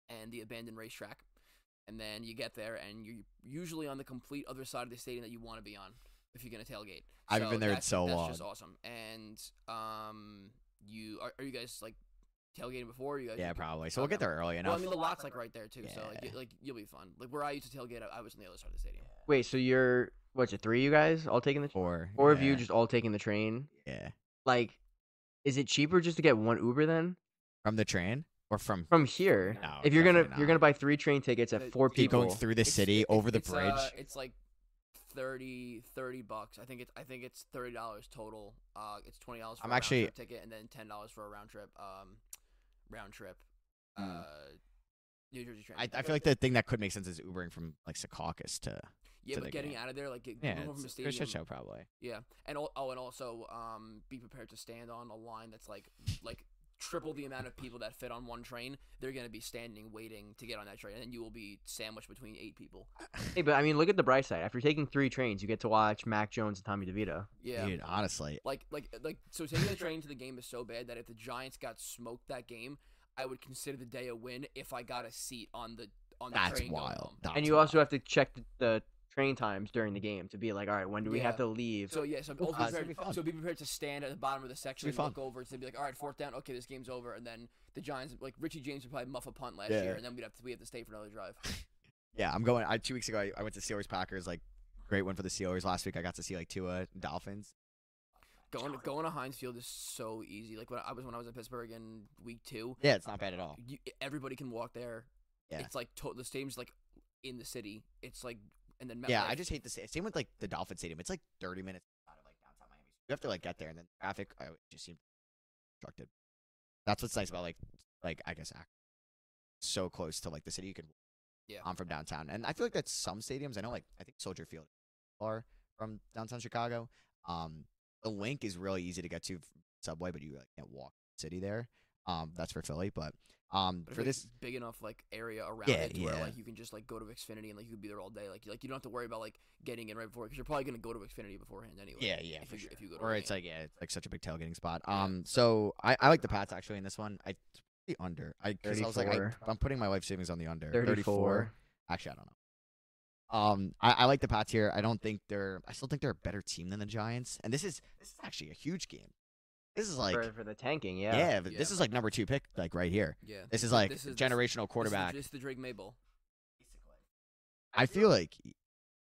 S5: and the abandoned racetrack, and then you get there, and you're usually on the complete other side of the stadium that you want to be on if you're gonna tailgate.
S2: I haven't been there in
S5: that's-
S2: so
S5: that's
S2: long.
S5: Just awesome. And um, you are, are you guys like tailgating before? Or you guys
S2: Yeah,
S5: just-
S2: probably. So we'll get
S5: Okay.
S2: there early
S5: well,
S2: enough.
S5: I mean, the lot's like right there too, so like,
S2: Yeah.
S5: you, like you'll be fun. Like where I used to tailgate, I, I was on the other side of the stadium.
S3: *laughs* Wait, so you're what's it? Three of you guys all taking the four,
S2: Or
S3: four
S2: yeah,
S3: of you just all taking the train?
S2: yeah
S3: Like, is it cheaper just to get one Uber then
S2: from the train or from
S3: from here?
S2: No,
S3: if you're gonna
S2: definitely
S3: you're
S2: not.
S3: gonna buy three train tickets
S5: Uh,
S3: at four
S2: keep
S3: people,
S2: going through the
S5: It's-
S2: city
S5: it-
S2: over the
S5: it's,
S2: bridge.
S5: uh, it's like 30, 30 bucks. I think it's I think it's thirty dollars total. Uh, it's twenty dollars. for
S2: I'm
S5: a round
S2: actually-
S5: trip ticket, and then ten dollars for a round trip. Um, round trip.
S2: Mm.
S5: Uh, New Jersey Transit.
S2: I, I feel like the thing that could make sense is Ubering from like Secaucus to
S5: yeah,
S2: to
S5: but
S2: the
S5: getting
S2: game.
S5: out of there, like get,
S2: yeah,
S5: going from a
S2: it's, it's a
S5: stadium.
S2: shit show probably.
S5: Yeah, and al- oh, and also um, be prepared to stand on a line that's like like triple the amount of people that fit on one train. They're gonna be standing waiting to get on that train, and then you will be sandwiched between eight people.
S3: Hey, but I mean, look at the bright side. After taking three trains, you get to watch Mac Jones and Tommy DeVito.
S5: Yeah,
S2: Dude, honestly,
S5: like like like so taking the train to the game is so bad that if the Giants got smoked that game, I would consider the day a win if I got a seat on the on the
S2: that's
S5: train going
S2: wild.
S5: home.
S2: That's
S3: and you
S2: wild.
S3: also have to check the, the train times during the game to be like, all right, when do we have
S5: Yeah.
S3: to leave?
S5: So yeah, so be
S2: it's gonna
S5: prepared,
S2: be fun.
S5: so be prepared to stand at the bottom of the section,
S2: It's
S5: and
S2: gonna be
S5: look over, and be like, all right, fourth down, okay, this game's over, and then the Giants, like Richie James, would probably muff a punt last
S2: Yeah.
S5: year, and then we'd have to we have to stay for
S2: *sighs*
S5: another drive.
S2: Yeah, I'm going. I two weeks ago I, I went to Steelers Packers. Like, great win for the Steelers. Last week I got to see like Tua and Dolphins.
S5: Going to going to Heinz Field is so easy. Like when I was when I was in Pittsburgh in week two,
S2: Yeah, it's not bad at all.
S5: you, everybody can walk there.
S2: Yeah.
S5: It's like to, the stadium's like in the city. It's like and then
S2: Yeah, I
S5: MetLife-
S2: just hate the sa- same with like the Dolphin Stadium. It's like 30 minutes out of like downtown Miami. You have to like get there, and then traffic I would just seems obstructed. That's what's nice about like like I guess Akron. so close to like the city you can.
S5: Yeah.
S2: I'm from downtown, and I feel like that's some stadiums. I know like I think Soldier Field are from downtown Chicago. Um, the link is really easy to get to from subway, but you like, can't walk the city there. Um, that's for Philly, but um
S5: But
S2: for
S5: I feel like
S2: this
S5: it's big enough like area around
S2: Yeah,
S5: it to where
S2: yeah.
S5: like you can just like go to Xfinity and like you could be there all day. Like you- like you don't have to worry about like getting in right before because you're probably gonna go to Xfinity beforehand anyway.
S2: Yeah, yeah,
S5: If
S2: for
S5: you,
S2: sure.
S5: if you go to
S2: or
S5: a
S2: it's
S5: game.
S2: like yeah, it's like such a big tailgating spot.
S5: Yeah.
S2: Um, so I, I like the Pats actually in this one. I it's pretty under. I, 'cause I was like I,
S3: 34.
S2: I'm putting my life savings on the under.
S3: 34.
S2: Actually, I don't know. Um, I, I like the Pats here. I don't think they're. I still think they're a better team than the Giants. And this is this is actually a huge game. This is like
S3: for, for the tanking, yeah.
S2: yeah, but this
S5: Yeah.
S2: is like number two pick like right here.
S5: yeah.
S2: This is like
S5: this is-
S2: generational quarterback.
S5: This is the Drake Mabel.
S2: I feel like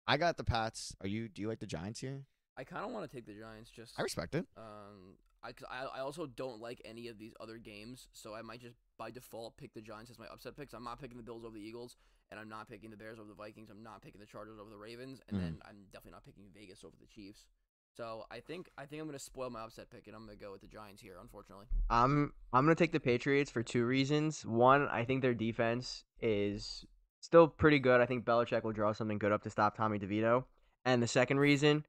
S2: I got the Pats. Are you? Do you like the Giants here?
S5: I kind of want to take the Giants just.
S2: I respect it.
S5: um, I, 'cause I I also don't like any of these other games, so I might just by default pick the Giants as my upset picks. I'm not picking the Bills over the Eagles, and I'm not picking the Bears over the Vikings. I'm not picking the Chargers over the Ravens, and
S2: Mhm.
S5: then I'm definitely not picking Vegas over the Chiefs. So I think I think I'm gonna spoil my upset pick, and I'm gonna go with the Giants here. Unfortunately,
S3: I'm I'm gonna take the Patriots for two reasons. One, I think their defense is still pretty good. I think Belichick will draw something good up to stop Tommy DeVito. And the second reason,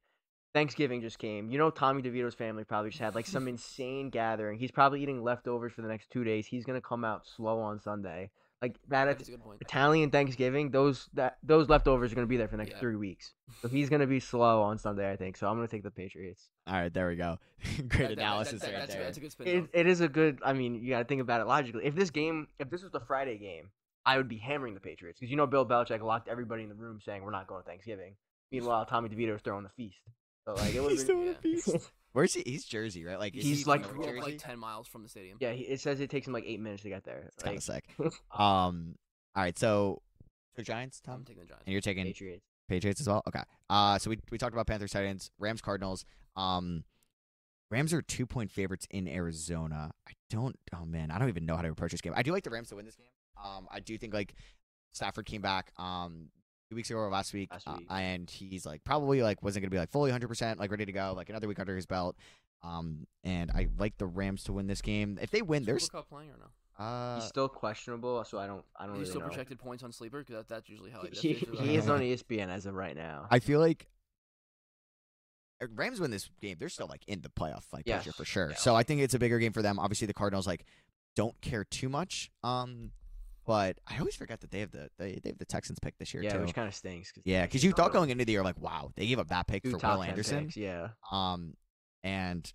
S3: Thanksgiving just came. You know, Tommy DeVito's family probably just had like
S5: *laughs*
S3: some insane gathering. He's probably eating leftovers for the next two days. He's gonna come out slow on Sunday. Like that
S5: that's
S3: at
S5: a good point.
S3: Italian Thanksgiving, those that those leftovers are gonna be there for the next
S5: Yeah.
S3: three weeks. So he's gonna be slow on Sunday, I think. So I'm gonna take the Patriots.
S2: All right, there we go. *laughs*
S5: That-
S2: Great
S5: that- that-
S2: analysis
S5: that-
S2: right
S5: that's,
S2: there.
S5: that's a good spin.
S3: it,
S5: zone.
S3: it is a good i mean you got to think about it logically if this game if this was the friday game i would be hammering the patriots because you know bill belichick locked everybody in the room saying we're not going to thanksgiving meanwhile tommy devito was throwing the feast so like
S2: He's
S3: it was
S2: doing a
S5: yeah.
S2: beast. Where's he? He's Jersey, right? Like is
S3: He's
S2: he
S5: He
S2: from
S3: like-
S2: North
S5: grew up,
S2: Jersey?
S5: like ten miles from the stadium.
S3: *laughs* yeah he, it says it takes him like eight minutes to get there
S2: It's kind
S3: like,
S2: of
S5: *laughs*
S2: sick. Um, all right, so so Giants,
S5: I'm
S2: Tom,
S5: taking the Giants.
S2: and you're taking
S3: patriots
S2: Patriots as well. Okay. Uh, so we we talked about Panthers, Titans, Rams, Cardinals. Um, Rams are two point favorites in Arizona. I don't. Oh man, I don't even know how to approach this game. I do like the Rams to win this game. Um, I do think like Stafford came back. Um. Two weeks ago or last week,
S3: Last
S2: uh,
S3: week.
S2: and he's like probably like wasn't gonna be like fully 100 percent like ready to go like another week under his belt, um and I like the Rams to win this game. If they win,
S5: Is
S2: there's
S5: Cooper Cup playing or no?
S2: uh
S3: he's still questionable so i don't i don't
S5: He's
S3: really
S5: still
S3: know
S5: projected points on sleeper because that, that's usually
S3: *laughs*
S5: how it. that's
S3: he,
S5: usually
S3: he
S5: how- *laughs*
S3: is on E espn as of right now
S2: I feel like uh, Rams win this game. They're still like in the playoff like picture
S3: Yes.
S2: for sure.
S3: Yeah.
S2: So I think it's a bigger game for them. Obviously, the Cardinals like don't care too much. Um, but I always forget that they have the they, they have the Texans pick this year
S3: yeah
S2: too.
S3: which kind of stinks cause
S2: yeah, because you thought going into the year like, wow, they gave up that pick
S3: two
S2: for
S3: top
S2: Will
S3: 10
S2: Anderson.
S3: picks, yeah
S2: Um, and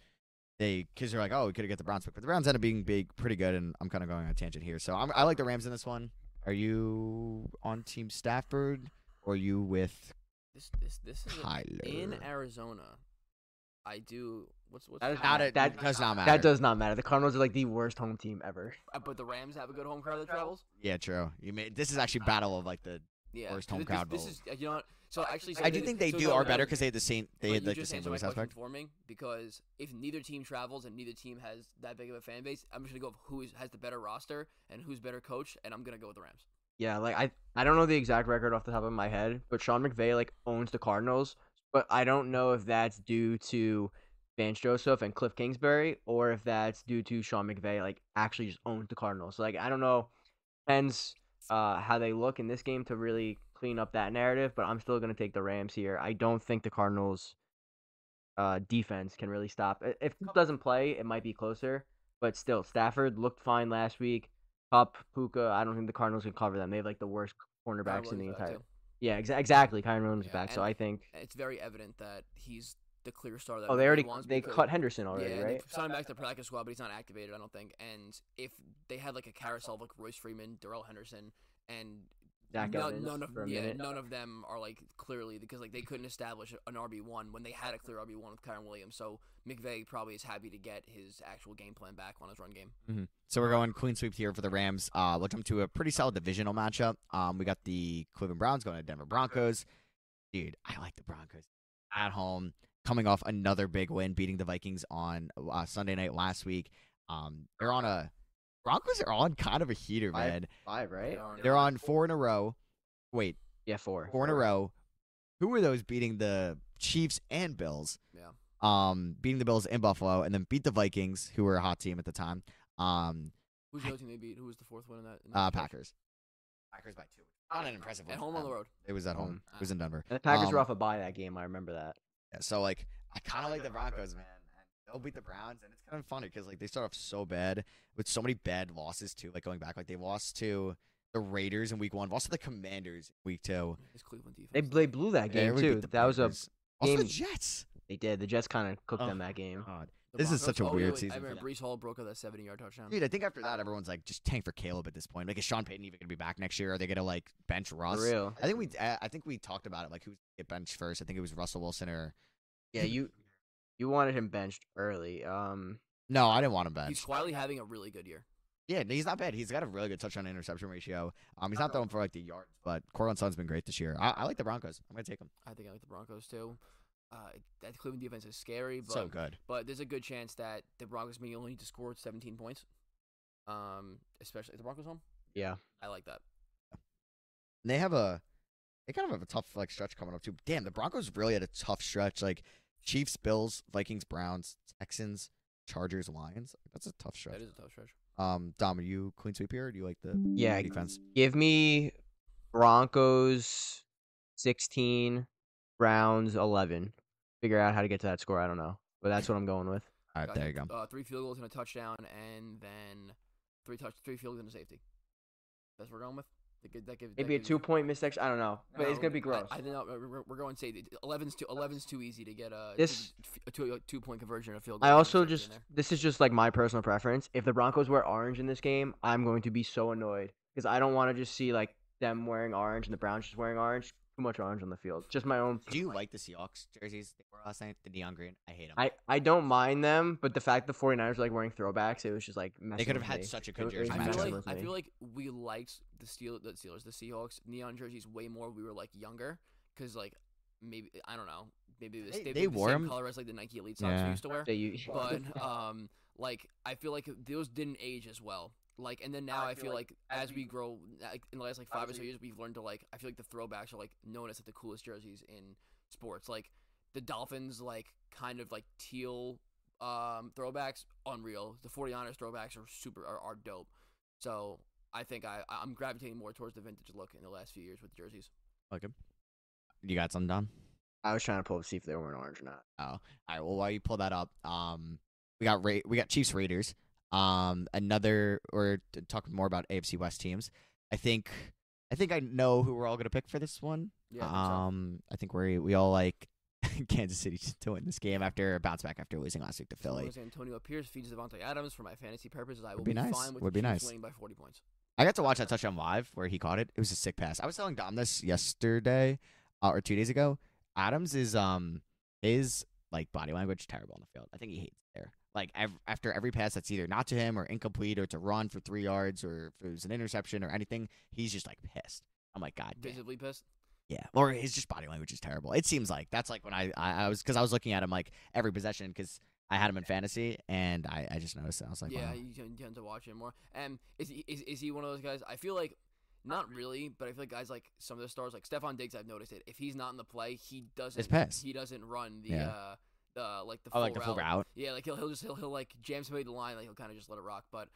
S2: they because they're like, oh, we could have got the Browns pick, but the Browns end up being big, pretty good. And I'm kind of going on a tangent here. So I'm, I like the Rams in this one. Are you on Team Stafford or are you with
S3: E-
S5: This this this is a,
S2: Tyler?
S5: in Arizona. I do what's what's
S3: That is
S5: I
S2: Not
S5: don't-
S2: a,
S3: That-
S2: that does not matter.
S3: that does not matter the cardinals are like the worst home team ever
S5: uh, but the Rams have a good home crowd that travels.
S2: Yeah, true. You may, this is actually battle of like the.
S5: Yeah,
S2: Worst
S5: th-
S2: home
S5: this,
S2: crowd
S5: This
S2: bowl.
S5: is uh, you know what? so actually so
S2: I do think they
S5: so
S2: do
S5: no,
S2: are
S5: no,
S2: better because they had the same. They
S5: but
S2: had
S5: you
S2: like the
S5: just
S2: same
S5: answered my
S2: Louis
S5: question
S2: aspect.
S5: for me because if neither team travels and neither team has that big of a fan base, I'm just gonna go with who is, has the better roster and who's better coach, and I'm gonna go with the Rams.
S3: Yeah, like I I don't know the exact record off the top of my head, but Sean McVay like owns the Cardinals, but I don't know if that's due to Vance Joseph and Cliff Kingsbury or if that's due to Sean McVay like actually just owns the Cardinals. Like I don't know depends uh how they look in this game to really clean up that narrative, but I'm still going to take the Rams here. I don't think the Cardinals uh defense can really stop. i- If Cup doesn't play, it might be closer, but still Stafford looked fine last week. Cup, Puka. I don't think the Cardinals can cover them. They have like the worst
S5: Kyron
S3: cornerbacks in the
S5: Williams back,
S3: entire.
S5: too.
S3: Yeah, exa- exactly. Kyron Williams is
S5: Yeah,
S3: back, so
S5: and-
S3: I think.
S5: It's very evident that he's the clear star. That
S3: Oh, they
S5: McVay
S3: already
S5: wants
S3: they
S5: because-
S3: cut Henderson already,
S5: yeah, and
S3: right?
S5: They signed him back to the practice squad, but he's not activated, I don't think. And if they had like a carousel of like Royce Freeman, Darrell Henderson, and
S3: Zach
S5: none-
S3: Evans
S5: none of
S3: for a
S5: yeah,
S3: minute.
S5: none of them are like clearly because like they couldn't establish an RB one when they had a clear RB one with Kyron Williams. So McVay probably is happy to get his actual game plan back on his run game.
S2: So we're going clean sweep here for the Rams. Uh, we'll jump to a pretty solid divisional matchup. Um, we got the Cleveland Browns going to Denver Broncos. Dude, I like the Broncos at home. coming off another big win, beating the Vikings on uh, Sunday night last week. Um, they're on a Broncos are on kind of a heater,
S3: Five-
S2: man.
S3: Five, right?
S2: They're on four in a row. Wait,
S3: Yeah, four.
S2: four in a row. Who were those beating the Chiefs and Bills?
S5: Yeah.
S2: Um, beating the Bills in Buffalo and then beat the Vikings, who were a hot team at the time. Um,
S5: Who's the other team they beat? Who was the fourth one in that? in that
S2: uh,
S5: stretch?
S2: Packers. Packers by two. Not an impressive Um,
S5: At home on the road. Mm-hmm.
S2: It was at home.
S3: Home.
S2: It was in Denver.
S3: And the Packers were
S2: Um,
S3: off a bye that game. I remember that.
S2: Yeah, so like I kind of like the Broncos, man. And They'll beat the Browns, and it's kind of funny because like they start off so bad with so many bad losses too. Like going back, like they lost to the Raiders in Week One, lost to the Commanders in Week Two.
S5: It's Cleveland defense.
S3: They they blew that
S2: Yeah,
S3: game
S2: we beat
S3: too.
S2: the
S3: That was a
S2: Packers. also the
S3: game-
S2: Jets.
S3: they did. The Jets kind of cooked
S2: Oh,
S3: them that game.
S2: God.
S5: The
S2: This is
S5: Broncos-
S2: such a
S5: oh, yeah,
S2: weird
S5: wait,
S2: season
S5: I
S2: for
S5: remember Brees Hall broke out that 70 yard touchdown.
S2: Dude, I think after that, everyone's like, just tank for Caleb at this point. Like, is Sean Payton even gonna be back next year? Are they gonna like bench Russ?
S3: For real.
S2: I think we, I I think we talked about it. Like, who's gonna get benched first? I think it was Russell Wilson or
S3: Yeah, you you wanted him benched early. Um,
S2: no, I didn't want him
S5: He's
S2: benched.
S5: quietly having a really good year.
S2: Yeah, no, he's not bad. He's got a really good touchdown to interception ratio. Um, he's not throwing for like the yards, but Cortland Sutton's been great this year. I, I like the Broncos. I'm gonna take them.
S5: I think I like the Broncos too. Uh, that Cleveland defense is scary, but
S2: So good.
S5: but there's a good chance that the Broncos may only need to score 17 points. Um, especially the Broncos home.
S3: yeah.
S5: I like that.
S2: And they have a, they kind of have a tough like stretch coming up too. Damn, the Broncos really had a tough stretch. Like Chiefs, Bills, Vikings, Browns, Texans, Chargers, Lions. That's a tough stretch.
S5: That is a tough stretch.
S2: Um, Dom, are you clean sweep here? Or do you like the
S3: Yeah,
S2: defense?
S3: give me Broncos 16, Browns 11. Figure out how to get to that score. I don't know, but that's what I'm going with.
S2: All right,
S5: Got
S2: there you
S5: th-
S2: go.
S5: Uh, three field goals and a touchdown, and then three touch, three field goals and a safety. That's what we're going with. That gi- that gives- that
S3: Maybe a
S5: gives-
S3: two point missection. I don't know, but it's
S5: No,
S3: gonna be
S5: I-
S3: gross.
S5: I, think not- we're- we're, we're going safety. 11's too 11's too easy to get a
S3: This-
S5: a two, a two point conversion and a field goal.
S3: I
S5: and a
S3: also
S5: safety in
S3: just
S5: there.
S3: this is just like my personal preference. If the Broncos wear orange in this game, I'm going to be so annoyed because I don't want to just see like them wearing orange and the Browns just wearing orange. Too much orange on the field. Just my own.
S2: Do you like the Seahawks jerseys they wore last night? The neon green. I hate them.
S3: I I don't mind them, but the fact the 49ers are like wearing throwbacks, it was just like messing
S2: could have
S3: with
S2: had
S3: me.
S2: such a
S3: It
S2: good
S3: was- it
S2: jersey
S3: was
S5: I
S2: matchup.
S5: feel,
S3: messing
S5: like,
S3: with
S5: I
S3: me.
S5: feel like we liked the Steel, the Steelers, the Seahawks neon jerseys way more. We were like younger because like maybe I don't know, maybe it was-
S2: They-
S5: they,
S2: they
S5: were the
S2: wore
S5: same
S2: 'em.
S5: color as like the Nike Elite socks
S2: Yeah.
S5: we used to wear.
S3: That you-
S2: *laughs*
S5: but um like i feel like those didn't age as well like and then now i feel like as we grow like in the last like five or so years we've learned to like i feel like the throwbacks are like known as like the coolest jerseys in sports like the dolphins like kind of like teal um throwbacks unreal the 49ers throwbacks are super are, are dope so i think i I- i'm gravitating more towards the vintage look in the last few years with jerseys
S2: like him. You got some, Dom?
S3: *laughs* I was trying to pull up to see if they were in orange or not.
S2: All right. Well, while you pull that up, um, we got Ra- we got Chiefs Raiders. Um, another or t- talking more about AFC West teams. I think I think I know who we're all gonna pick for this one.
S5: yeah I think so.
S2: um, I think we we all like *laughs* Kansas City to win this game after a bounce back after losing last week to
S5: As long
S2: Philly.
S5: as Antonio Pierce feeds Devontae Adams for my fantasy purposes. I will
S2: be
S5: be,
S2: nice.
S5: fine with
S2: Would
S5: the
S2: be nice.
S5: Chiefs winning by 40 points.
S2: I got to watch that touchdown live where he caught it. It was a sick pass. I was telling Dom this yesterday uh, or two days ago. Adams is um his like body language terrible on the field. I think he hates it there. Like ev- after every pass that's either not to him or incomplete or to run for three yards or if it was an interception or anything, he's just like pissed. I'm like, God, damn.
S5: Visibly pissed.
S2: yeah. Or his just body language is terrible. It seems like that's like when I I, I was because I was looking at him like every possession because I had him in fantasy and I I just noticed it. I was like,
S5: yeah,
S2: wow.
S5: you tend- tend to watch him more. And is he is, is he one of those guys? I feel like not really, but I feel like guys like some of the stars, like Stefan Diggs, I've noticed it. If he's not in the play, he doesn't
S2: pass.
S5: He doesn't run the
S2: Yeah.
S5: uh the like the
S2: oh,
S5: full
S2: like the full route.
S5: Yeah, like he'll he'll just he'll, he'll like jam somebody to the line, like he'll kind of just let it rock. But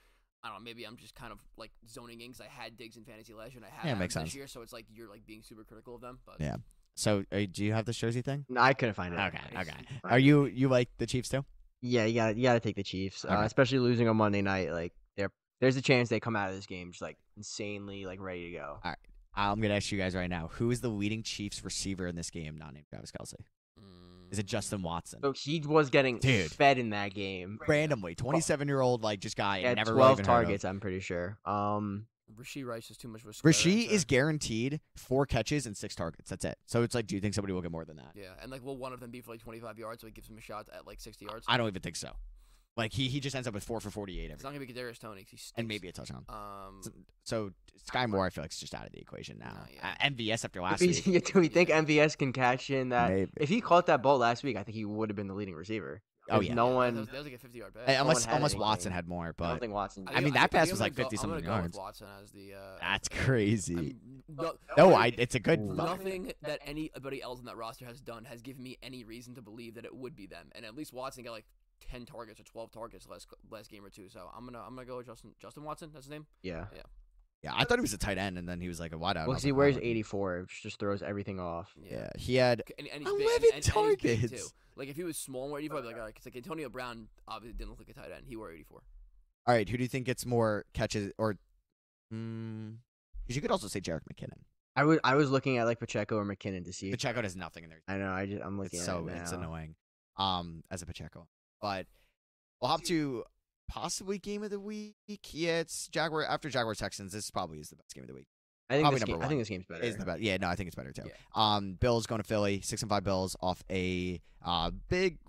S5: I don't know, maybe I'm just kind of like zoning in because I had Diggs in fantasy last year and I have
S2: Yeah,
S5: Adams
S2: makes
S5: this
S2: sense.
S5: year, so it's like you're like being super critical of them. But
S2: Yeah. So uh, do you have the jersey thing?
S3: No, I couldn't find it.
S2: Okay,
S3: Nice.
S2: okay. Are you you like the Chiefs too?
S3: Yeah, you got you got to take the Chiefs, uh,
S2: Okay.
S3: especially losing on Monday night. Like there, there's a chance they come out of this game just like insanely like ready to go.
S2: I'm gonna ask you guys right now. Who is the leading Chiefs receiver in this game? Not named Travis Kelsey. Is it
S5: Mm,
S2: Justin Watson?
S3: So he was getting
S2: Dude.
S3: fed in that game.
S2: Randomly, 27 year old like just guy.
S3: He
S2: I
S3: had
S2: never really
S3: 12
S2: even heard of.
S3: targets, I'm pretty sure. Um, *laughs*
S5: Rasheed Rice is too much of a square
S2: Rasheed
S5: answer.
S2: is guaranteed four catches and six targets. That's it. So it's like, do you think somebody will get more than that?
S5: yeah, and like will one of them be for like 25 yards, so he gives him a shot at like 60 yards.
S2: I don't even think so. Like he he just ends up with four for forty eight every
S5: It's not gonna be Kadarius Tony because he's
S2: and maybe a touchdown.
S5: um
S2: So Sky Moore, I feel like, is just out of the equation now.
S5: Not yet.
S2: Uh, MVS after last
S3: If
S2: week,
S3: he's- do we think MVS can catch in that?
S2: maybe.
S3: If he caught that ball last week, I think he would have been the leading receiver.
S2: Oh
S3: If
S2: yeah,
S3: No
S5: that was,
S3: one.
S5: that was like a fifty yard pass.
S2: Uh, unless
S3: one had
S2: unless
S3: anything.
S2: Watson had more,
S3: I
S2: *laughs*
S3: don't
S2: but
S3: think Watson.
S2: I mean,
S5: think-
S2: that pass
S5: think
S2: was
S5: "Oh, I'm
S2: like
S5: gonna go-
S2: 50
S5: I'm gonna
S2: something
S5: go with
S2: yards.
S5: Watson as the uh,
S2: that's *laughs* crazy.
S5: I'm- no-
S2: no, I it's a good.
S5: nothing that anybody else in that roster has done has given me any reason to believe that it would be them. And at least Watson got like ten targets or twelve targets last last game or two. So I'm gonna I'm gonna go with Justin Justin Watson. That's his name.
S3: Yeah.
S2: Yeah, I thought he was a tight end, and then he was like a wideout. and I
S3: Well,
S2: was
S3: 'cause he
S2: like,
S3: wears
S2: oh.
S3: 84, which just throws everything off.
S2: Yeah, he had
S5: C- And, and he's big, and-
S2: 11
S5: and, and he's big, too.
S2: targets.
S5: Like if he was small, where you'd probably be like, all right, 'cause, like Antonio Brown obviously didn't look like a tight end. He wore 84.
S2: Mm-hmm. All right, who do you think gets more catches or? Mm, 'cause you could also say Jarek McKinnon.
S3: I would. I was looking at like Pacheco or McKinnon to see.
S2: The checkout is nothing in there.
S3: I know. I just. I'm looking
S2: It's
S3: at
S2: so
S3: it now.
S2: it's annoying. Um, as a Pacheco, but we'll hop to possibly game of the week. Yeah, it's Jaguar after Jaguar Texans. This probably is the best game of the week.
S3: I think
S2: Probably
S3: this game,
S2: number
S3: I
S2: one.
S3: think this game's better.
S2: Is the best. Yeah, no, I think it's better too.
S5: Yeah.
S2: Um, Bills going to Philly, six and five Bills off a uh big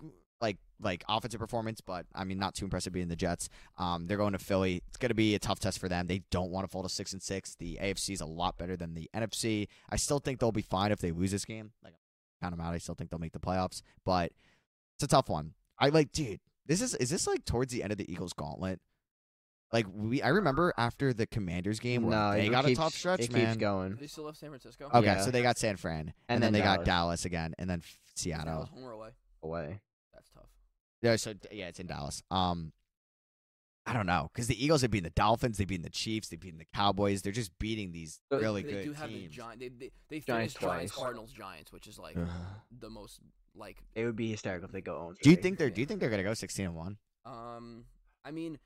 S2: like like offensive performance, but I mean not too impressive being the Jets. Um, they're going to Philly. It's going to be a tough test for them. They don't want to fall to six and six. The AFC is a lot better than the NFC. I still think they'll be fine if they lose this game. Like count them out. I still think they'll make the playoffs, but it's a tough one. I like, dude. This is is this like towards the end of the Eagles gauntlet? Like we, I remember after the Commanders game where
S3: No,
S2: they
S3: it
S2: got
S3: keeps,
S2: a tough stretch,
S3: It
S2: man.
S3: keeps going.
S5: They still left San Francisco.
S2: Okay,
S3: Yeah.
S2: so they got San Fran, and, then,
S3: then
S2: they got
S3: Dallas.
S2: Dallas again, and then f-
S5: Is Dallas
S2: Seattle.
S5: home or away.
S3: Away.
S5: That's tough.
S2: Yeah, so d- yeah, it's in Dallas. Um, I don't know because the Eagles have beaten the Dolphins, they've beaten the Chiefs, they've beaten the Cowboys. They're just beating these
S3: But
S2: really
S5: they
S2: good
S5: do have
S2: teams.
S5: the Giants. They they, they
S3: Giants
S5: finished Giants,
S3: twice.
S5: Cardinals, Giants, which is like the most like
S3: It would be hysterical if they go on.
S2: Uh-huh. do you think they're? Do you think they're gonna go sixteen and one?
S5: Um, I mean,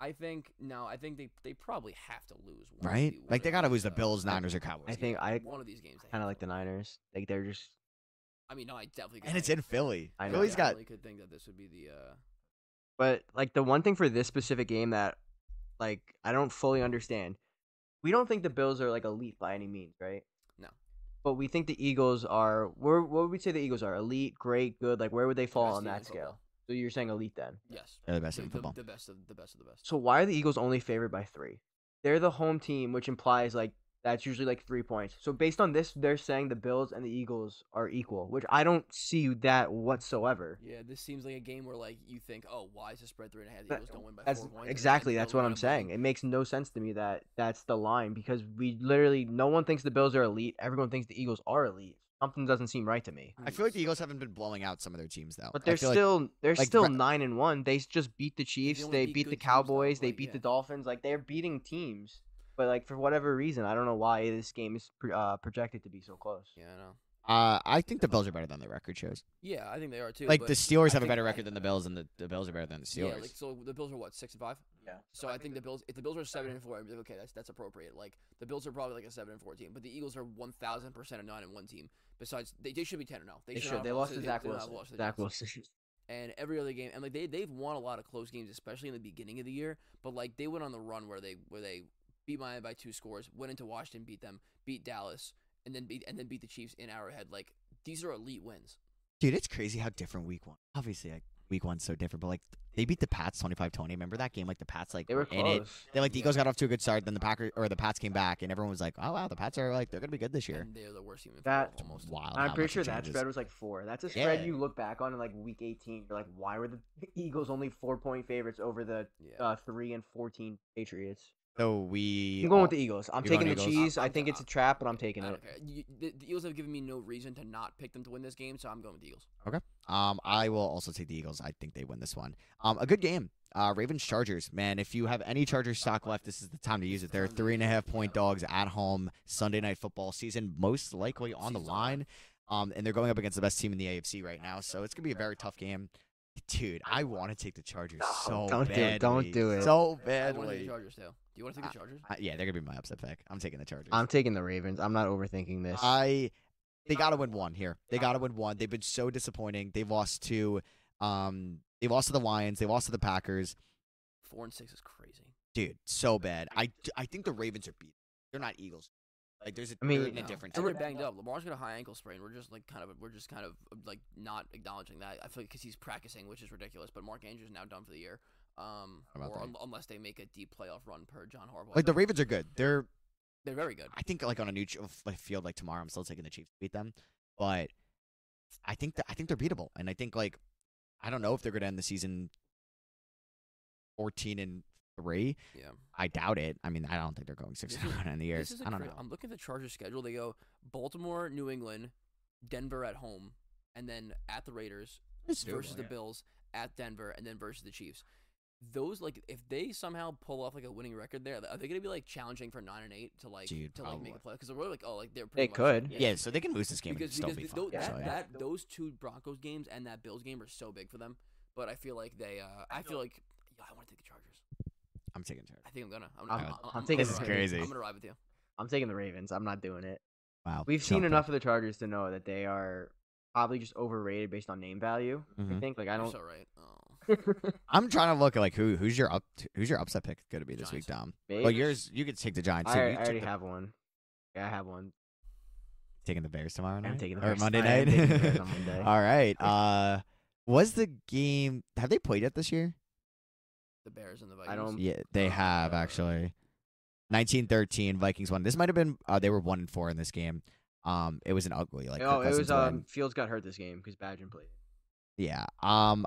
S5: I think no, I think they they probably have to lose. One of
S2: Right?
S5: the- one
S2: Like
S5: of
S2: they gotta
S5: these,
S2: lose the
S5: though.
S2: Bills, Niners, or Cowboys.
S3: I think I
S5: One of these games, they
S3: kind
S5: have
S3: of like
S5: to
S3: the
S5: lose.
S3: Niners. Like they're just.
S5: I mean, no, I definitely. could
S2: and it's
S5: think-
S2: in Philly.
S3: I know.
S2: Philly's got
S5: definitely could think that this would be the. Uh,
S3: But like the one thing for this specific game that, like, I don't fully understand. We don't think the Bills are like elite by any means, right?
S5: No.
S3: But we think the Eagles are. Where what would we say the Eagles are? Elite, great, good. Like where would they
S5: the
S3: fall
S5: best
S3: on
S5: team in
S3: that scale?
S5: football.
S3: So you're saying elite then?
S5: Yes.
S2: they're the best
S5: The,
S2: in
S5: the-
S2: football.
S5: the best of the best of the best.
S3: So why are the Eagles only favored by three? They're the home team, which implies like that's usually like three points. So based on this, they're saying the Bills and the Eagles are equal, which I don't see that whatsoever.
S5: yeah, this seems like a game where like you think, oh, why is the spread three and a half? The
S3: That-
S5: Eagles don't win by
S3: That's
S5: four points. and
S3: exactly
S5: they
S3: that's
S5: still
S3: what
S5: end
S3: I'm
S5: up winning.
S3: saying. It makes no sense to me that that's the line because we literally no one thinks the Bills are elite. Everyone thinks the Eagles are elite. Something doesn't seem right to me.
S2: I feel like the Eagles haven't been blowing out some of their teams though.
S3: But
S2: I
S3: they're
S2: feel like-
S3: still they're
S2: like,
S3: still
S2: Bra-
S3: nine and one. They s- just beat the Chiefs.
S5: only
S3: They
S5: beat
S3: beat the
S5: good teams, though,
S3: Cowboys. They
S5: like,
S3: beat the
S5: yeah.
S3: Dolphins. Like they're beating teams. But like for whatever reason, I don't know why this game is pr uh, projected to be so close.
S5: Yeah, I know.
S2: uh, I think the Bills are better than the record shows.
S5: Yeah, I think they are too.
S2: Like
S5: but
S2: the Steelers
S5: I
S2: have a
S5: think-
S2: better
S5: I-
S2: record than the Bills, and the, the Bills are better than the Steelers.
S5: Yeah, like so the Bills are what six and five.
S3: Yeah.
S5: So I think the Bills, if the Bills are seven and four, I'd be like, okay, that's that's appropriate. Like the Bills are probably like a seven and four team, but the Eagles are one thousand percent a nine and one team. Besides, they, they should be ten and zero.
S3: They
S5: should
S3: should.
S5: not
S3: They
S5: have
S3: lost
S5: to-
S3: to
S5: they
S3: Zach
S5: should not have
S3: Wilson.
S5: lost to
S3: Zach Wilson.
S5: And every other game, and like they they've won a lot of close games, especially in the beginning of the year. But like they went on the run where they where they beat Miami by two scores, went into Washington, beat them, beat Dallas, and then beat and then beat the Chiefs in Arrowhead. Like these are elite wins.
S2: Dude, it's crazy how different week one. Obviously, like week one's so different, but like they beat the Pats 25-20. Remember that game? Like the Pats, like
S3: They were
S2: were in it.
S3: close.
S2: Then like the Eagles got off to a good start. Then the Packers or the Pats came back, and everyone was like, "Oh wow, the Pats are like they're gonna be good this year."
S5: And they're the worst team in
S3: That-
S5: football almost.
S2: Wow,
S3: I'm pretty sure that spread was like four. That's a spread
S2: Yeah.
S3: you look back on in like week 18. You're like, why were the *laughs* Eagles only four point favorites over the
S5: Yeah.
S3: uh, three and 14 Patriots?
S2: So we.
S3: I'm going with
S2: all-
S3: the Eagles. I'm
S2: You're going
S3: taking the
S2: Eagles?
S3: cheese.
S5: I'm-
S3: I
S5: I'm-
S3: think it's a trap, but I'm taking
S5: I
S3: it.
S5: don't care. You, the, the Eagles have given me no reason to not pick them to win this game, so I'm going with the Eagles.
S2: Um, I will also take the Eagles. I think they win this one. Um, a good game. Uh, Ravens Chargers. Man, if you have any Chargers stock left, this is the time to use it. They're three and a half point dogs at home. Sunday night football season, most likely on the
S5: Season's on.
S2: line. Um, and they're going up against the best team in the AFC right now, so it's gonna be a very tough game. Dude, I want to take the Chargers so
S3: don't do it, don't
S2: badly.
S3: do it.
S2: So
S5: I want to take
S2: badly.
S5: the Chargers too. Do you want to take the Chargers?
S2: Uh, yeah, they're gonna be my upset pick. I'm taking the Chargers.
S3: I'm taking the Ravens. I'm not overthinking this.
S2: I they gotta win one here. They gotta win one. They've been so disappointing. They've lost to um they lost to the Lions, they lost to the Packers.
S5: Four and six is crazy.
S2: Dude, so bad. I, d- I think the Ravens are beat. They're not Eagles. Like there's a,
S3: I mean,
S2: there is
S3: you
S2: a
S5: No.
S2: difference.
S5: And we're
S2: there.
S5: banged up. Lamar's got a high ankle sprain. We're just like kind of we're just kind of like not acknowledging that. I feel because he's practicing, which is ridiculous. But Mark Andrews is now done for the year. Um,
S2: How about
S5: or
S2: that?
S5: un- unless they make a deep playoff run per John Harbaugh.
S2: Like the
S5: but
S2: Ravens are good. They're
S5: they're very good.
S2: I think like on a new ch- f- like, field like tomorrow, I'm still taking the Chiefs to beat them, but I think that I think they're beatable, and I think like I don't know if they're going to end the season fourteen and three.
S5: Yeah.
S2: I doubt it. I mean, I don't think they're going six
S5: This
S2: and
S5: is-
S2: one in the year.
S5: This is a
S2: I don't
S5: cra-
S2: know.
S5: I'm looking at the Chargers schedule. They go Baltimore, New England, Denver at home, and then at the Raiders
S2: It's doable,
S5: versus the Bills at Denver, and then versus the Chiefs. Those like if they somehow pull off like a winning record there, are they gonna be like challenging for nine and eight to like
S2: Dude,
S5: to like make a play? Because they're really like oh like they're
S3: They
S5: pretty much-
S3: could.
S2: yeah, so they can lose this game
S5: because
S2: and
S5: because
S2: still be
S5: th- tho-
S2: fine. so,
S5: that,
S2: yeah.
S5: that those two Broncos games and that Bills game are so big for them. But I feel like they uh I feel like yeah, I want to take the Chargers.
S2: I'm taking charge.
S5: I think I'm gonna. I'm,
S3: I'm-
S5: I'm,
S3: I'm taking
S2: This
S5: gonna
S2: is
S5: ride with you.
S2: crazy.
S5: I'm gonna ride with you.
S3: I'm taking the Ravens. I'm not doing it.
S2: Wow,
S3: We've seen
S2: something.
S3: enough of the Chargers to know that they are probably just overrated based on name value. I
S2: Mhm.
S3: think. Like I
S5: You're
S3: don't.
S5: so right. Oh.
S3: *laughs*
S2: I'm trying to look at like who who's your up who's your upset pick going to be this week, Dom? Well,
S3: Vegas?
S2: yours you could take the Giants.
S3: I,
S2: too.
S3: I
S2: You took
S3: already
S2: the-
S3: have one. Yeah, I have one.
S2: taking the Bears tomorrow night.
S3: am taking the
S2: or
S3: Bears.
S2: Monday
S3: I am
S2: night.
S3: taking
S2: *laughs*
S3: the Bears on Monday.
S2: All right. Uh, was the game? Have they played it this year?
S5: The Bears and the Vikings.
S3: I don't-
S2: Yeah, they
S5: Uh,
S2: have actually. 1913 Vikings won. This might have been uh, they were one and four in this game. Um, it was an ugly like.
S3: oh,
S2: Kirk
S3: it was
S2: Cousins win.
S3: um Fields got hurt this game because Badgen played.
S2: Yeah. Um,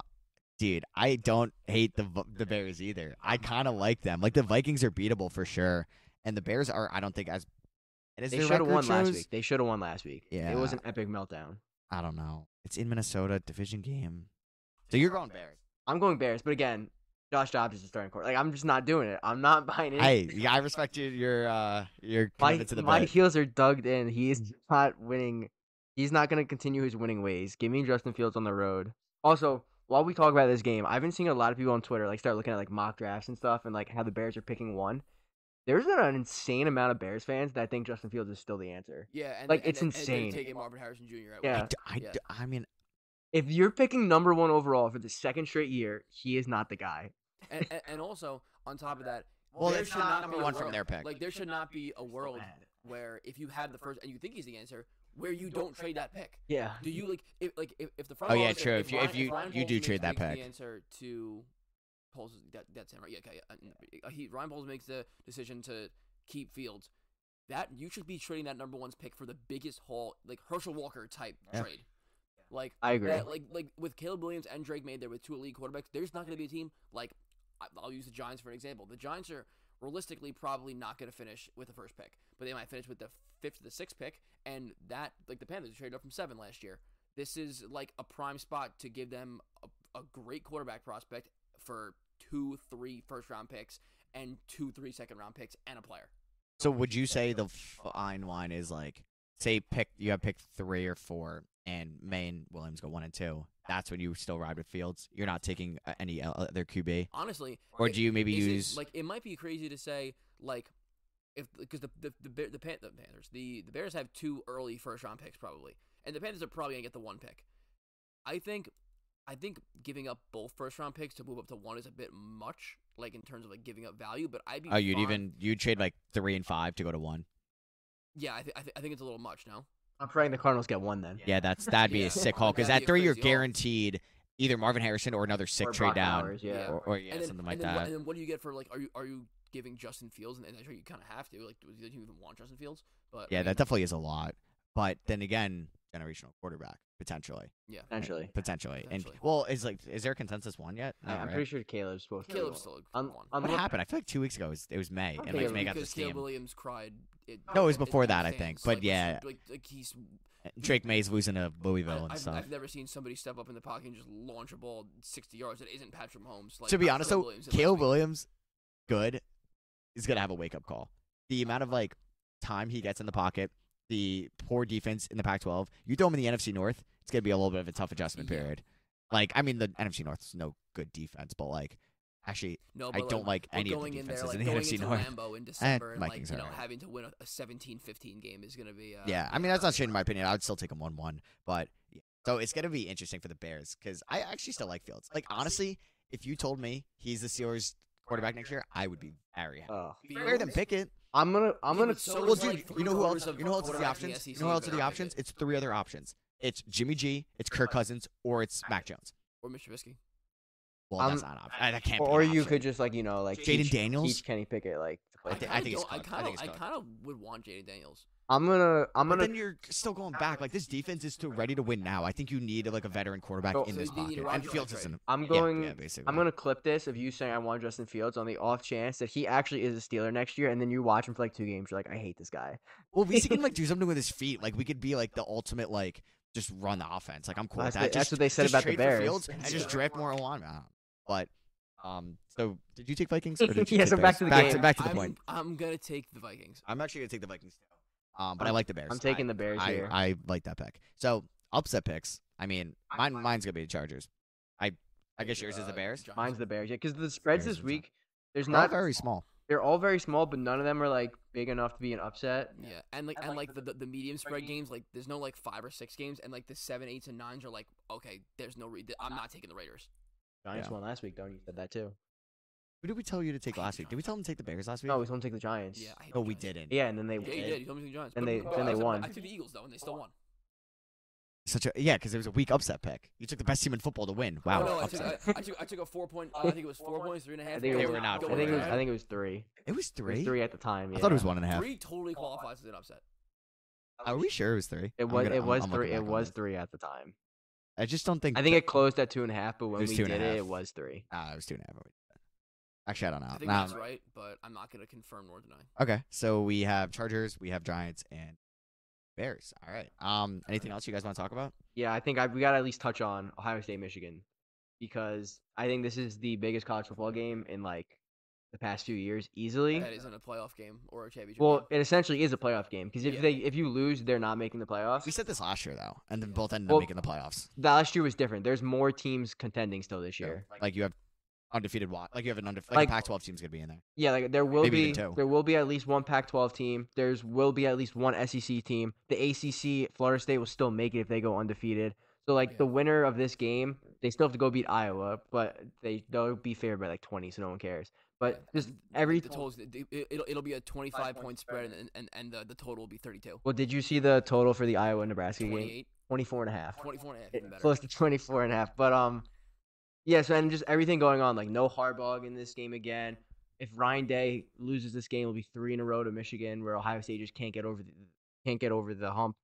S2: dude, I don't hate the V- the Bears either. I kind of like them. Like the Vikings are beatable for sure, and the Bears are. I don't think as. And as
S3: They
S2: their
S3: should have
S2: record
S3: won last
S2: shows-
S3: week. They should have won last week. it was
S2: Yeah.
S3: an epic meltdown.
S2: I don't know. It's in Minnesota division game. So you're going Bears.
S3: I'm going Bears, but again, Josh Dobbs is the starting quarterback. Like I'm just not doing it. I'm not *laughs* buying it.
S2: Hey, yeah, I respect you, your uh, your
S3: my,
S2: commitment to the
S3: my
S2: bet.
S3: heels are dug in. He is not winning. He's not going to continue his winning ways. Give me Justin Fields on the road. Also, while we talk about this game, I've been seeing a lot of people on Twitter like start looking at like mock drafts and stuff, and like how the Bears are picking one. There's an insane amount of Bears fans that think Justin Fields is still the answer.
S5: Yeah, and
S3: Like,
S5: they- and
S3: it's
S5: they- and they
S3: insane.
S5: take in Marvin Harrison Jr. at
S2: I,
S3: Yeah.
S5: one.
S2: d- I,
S5: Yeah.
S2: d- I mean,
S3: If you're picking number one overall for the second straight year, he is not the guy.
S5: and, and, and also on top of that,
S2: well,
S5: there
S2: it's
S5: should
S2: not
S5: not
S2: number
S5: be a
S2: one from
S5: world-
S2: their pick.
S5: like there should not be a world where if you had the first and you think he's the answer, where you don't trade that pick.
S3: Yeah.
S5: Do you like if like if, if the front?
S2: Oh, yeah,
S5: office-
S2: true. If you- if
S5: Ryan-
S2: you-
S5: Ryan
S2: you
S5: Poles
S2: do
S5: makes
S2: trade that
S5: makes the
S2: pick.
S5: answer to Poles that, that's him right. Yeah, okay. yeah, uh, He Ryan Poles makes the decision to keep Fields. That you should be trading that number one's pick for the biggest haul, like Herschel Walker type
S2: Yeah.
S5: trade. Like
S3: I agree.
S5: that, like like with Caleb Williams and Drake May there with two elite quarterbacks, there's not going to be a team like I- I'll use the Giants for an example. The Giants are realistically probably not going to finish with the first pick, but they might finish with the fifth or the sixth pick, and that like the Panthers traded up from seven last year. This is like a prime spot to give them a, a great quarterback prospect for two, three first round picks and two, three second round picks and a player.
S2: So would you say the fine line is like, say, pick you have pick three or four, and May and Williams go one and two. That's when you still ride with Fields. You're not taking uh, any el- other QB,
S5: Honestly,
S2: or
S5: it-
S2: do you maybe
S5: is it-
S2: use?
S5: like it might be crazy to say like if because the the the, Bear, the, Pan, the Panthers the the Bears have two early first round picks probably, and the Panthers are probably gonna get the one pick. I think I think giving up both first round picks to move up to one is a bit much, like in terms of like giving up value. But I'd be
S2: oh, you'd
S5: fine-
S2: even you'd trade like three and five to go to one.
S5: yeah. I, th- I, th- I think it's a little much. No,
S3: I'm praying the Cardinals get one then.
S2: Yeah, that's that'd be
S5: Yeah.
S2: a sick haul because at
S5: That'd be a
S2: three you're
S5: crazy haul.
S2: guaranteed either Marvin Harrison or another sick
S3: Or
S2: trade
S3: Brock
S2: down,
S3: Bowers, yeah.
S2: or, or yeah,
S5: and then,
S2: something like
S5: and then,
S2: that.
S5: What, and then what do you get for like? Are you are you giving Justin Fields? And, and I'm sure you kind of have to. Like, do do you even want Justin Fields? But I
S2: yeah,
S5: mean,
S2: that definitely is a lot. But then again, generational quarterback potentially,
S3: Potentially.
S2: potentially,
S5: Potentially.
S2: and well, is like is there a consensus one yet?
S3: I-
S2: No,
S3: I'm
S2: right?
S3: pretty sure Caleb's supposed to. be
S5: Caleb's
S3: one.
S5: still
S3: Un-
S5: one.
S2: What
S3: unlo-
S2: happened? I feel like two weeks ago it was it was May,
S3: don't
S2: and
S3: think
S2: like
S3: it
S2: May
S3: was
S2: got the
S5: because Caleb
S2: steam.
S5: Williams cried. It,
S2: No, it was
S5: it's-
S2: before
S5: it
S2: that, I think,
S5: stands,
S2: but
S5: like,
S2: yeah.
S5: Like, like he's.
S2: *laughs* Drake May's losing to
S5: I,
S2: Louisville and
S5: I've,
S2: stuff.
S5: I've never seen somebody step up in the pocket and just launch a ball sixty yards that isn't Patrick Mahomes. Like,
S2: to be
S5: not
S2: honest, though,
S5: Caleb Williams. did last
S2: Caleb
S5: week.
S2: Williams, good, is gonna have a wake up call. The amount of like time he gets in the pocket, the poor defense in the Pac-12. You throw him in the NFC North, it's gonna be a little bit of a tough adjustment
S5: Yeah.
S2: period. Like, I mean, the NFC North's no good defense, but like, actually,
S5: No,
S2: I
S5: but,
S2: don't like
S5: we're
S2: any of the
S5: going in there,
S2: defenses
S5: like,
S2: in the
S5: going
S2: NFC
S5: into
S2: North. *laughs*
S5: Lambeau in December and like
S2: Eh, Vikings
S5: you
S2: are
S5: know
S2: alright.
S5: having to win a, a 17-15 game is going to be. Uh,
S2: yeah, I mean, that's not changing my opinion. I would still take him one-one, but yeah. so it's gonna be interesting for the Bears because I actually still like Fields. Like, honestly, if you told me he's the Steelers quarterback next year, I would be very happy.
S3: Oh,
S2: Better than Pickett.
S3: I'm gonna I'm
S5: Yeah,
S3: gonna
S5: but so
S2: well,
S5: was,
S2: dude,
S5: like,
S2: you know who
S5: three-quarters
S2: else?
S5: of
S2: You know who else is the
S5: quarterbacks in the E
S2: options? You
S5: SEC
S2: know who else
S5: that
S2: are the
S5: are
S2: options?
S5: picked.
S2: It's three other options. It's Jimmy G, it's Kirk Cousins, or it's Mac Jones.
S5: or Mitch Trubisky.
S2: Well,
S3: I'm-
S2: that's not an option. That can't be.
S3: or, Um, or
S2: an
S3: you
S2: option.
S3: could just like you know like
S2: Jaden
S3: teach,
S2: Daniels.
S3: teach Kenny Pickett like to play.
S5: I,
S2: thi-
S5: think
S2: I think it's
S5: I
S2: cooked. I
S5: kind
S2: think
S5: of,
S2: it's
S5: I
S2: cooked.
S5: kind of would want Jaden Daniels.
S3: I'm gonna I'm
S2: But
S3: gonna
S2: then you're still going back. Like this defense is too ready to win now. I think you need like a veteran quarterback
S3: So-
S2: in
S5: So
S2: this
S5: you need
S2: pocket.
S5: a
S2: And
S5: Rodgers
S2: Fields
S5: trade.
S2: isn't.
S3: I'm
S2: yeah,
S3: going
S2: Yeah, basically.
S3: I'm gonna clip this of you saying I want Justin Fields on the off chance that he actually is a Steeler next year, and then you watch him for like two games. You're like, I hate this guy.
S2: Well, we can
S3: *laughs*
S2: like do something with his feet. Like we could be like the ultimate like just run the offense. Like I'm cool
S3: That's
S2: with that.
S3: the- that's
S2: Just-
S3: what they said
S2: just
S3: about
S2: trade
S3: the
S2: for
S3: Bears.
S2: Fields and just draft more alignment. Uh, But um, so did you take Vikings? Or
S3: *laughs*
S2: did you
S3: Yeah,
S2: take
S3: so back
S2: Bears?
S3: to the
S2: back
S3: game.
S2: To, back to the
S5: I'm,
S2: point.
S5: I'm gonna take the Vikings.
S2: I'm actually gonna take the Vikings too. Um, but i
S3: I'm-
S2: like the Bears.
S3: I'm taking the Bears
S2: I,
S3: here.
S2: I like that pick. So upset picks. I mean, mine, mine's gonna be the Chargers. I I guess yours is the
S5: Uh,
S2: Bears.
S5: Giants.
S3: Mine's the Bears, yeah, because the spreads
S2: Bears
S3: this
S2: are tough.
S3: week, there's
S2: Not
S3: not
S2: very small.
S3: they're all very small, but none of them are like big enough to be an upset.
S5: Yeah, and like and like the the, the medium spread games, like there's no like five or six games, and like the seven, eights, and nines are like okay, there's no re- th- I'm not taking the Raiders.
S3: Giants
S2: Yeah.
S3: won last week, don't you? Said that too.
S2: Who did we tell you to take
S5: I hate
S2: last week? Did we tell them to take the Bears last week?
S3: No, we told him to take the Giants.
S5: Yeah, I hate
S2: No,
S5: the
S2: we
S5: Giants.
S2: didn't.
S3: Yeah, and then they
S5: Yeah, you
S3: Oh, did.
S5: did. You told me to take the Giants,
S3: And
S5: but-
S3: they-
S5: but
S3: then
S5: I
S3: they
S5: took-
S3: won.
S5: I took the Eagles though, and they still won.
S2: Such a yeah, because it was a weak upset pick. You took the best team in football to win. Wow,
S5: Oh, no, I took,
S2: upset.
S5: I, I took I took a four point. Uh, I think it was four points, three and a half.
S3: I think it
S5: and
S2: They
S3: was,
S5: then
S2: were not
S5: go
S3: I think it was.
S5: back.
S3: I think it was three.
S2: it was
S3: It was
S2: three.
S3: three at the time.
S2: I thought it was
S3: yeah.
S2: one and a half.
S5: three totally qualifies as an upset.
S2: Are we sure it was three?
S3: It
S2: I'm
S3: was.
S2: gonna-
S3: It
S2: I'm-
S3: was
S2: I'm looking
S3: three. It
S2: back on
S3: was
S2: this.
S3: three at the time.
S2: I just don't think.
S3: I think it closed at two and a half, but when
S2: was
S3: we
S2: two and
S3: did
S2: a
S3: it, it
S2: half.
S3: was three.
S2: Ah, it was two and a half. Actually, I don't know.
S5: I think
S2: Nah,
S5: that's right, but I'm not gonna confirm nor deny.
S2: Okay, so we have Chargers, we have Giants, and Bears. All right. Um, anything else you guys want to talk about?
S3: Yeah, I think I, we got to at least touch on Ohio State, Michigan, because I think this is the biggest college football game in like the past few years, easily.
S5: That isn't a playoff game or a championship.
S3: Well,
S5: game.
S3: it essentially is a playoff game because if
S5: Yeah.
S3: they if you lose, they're not making the playoffs.
S2: We said this last year though, and then both ended
S3: Well,
S2: up making the playoffs.
S3: Last year was different. There's more teams contending still this
S2: So,
S3: year.
S2: Like you have undefeated. Wa- like you have an undefeated.
S3: Like-
S2: Like, a Pac-12 team's gonna be in there.
S3: Yeah, like there will
S2: Maybe
S3: be
S2: even two.
S3: there will be at least one Pac-12 team. There's will be at least one SEC team. The ACC, Florida State will still make it if they go undefeated. So like
S5: Yeah.
S3: the winner of this game, they still have to go beat Iowa, but they they'll be favored by like 20, so no one cares. But
S5: Yeah,
S3: just
S5: and the-
S3: every
S5: the totals, it, it'll it'll be a 25 point spread, and and, and the, the total will be 32.
S3: well, did you see the total for the Iowa Nebraska game?
S5: 28,
S3: 24 and a half.
S5: 24 and a half,
S3: It-
S5: even better.
S3: close to 24 and a half. But um, yeah. So and just everything going on, like no Harbaugh in this game again. If Ryan Day loses this game, it'll be three in a row to Michigan, where Ohio State just can't get over the, can't get over the hump.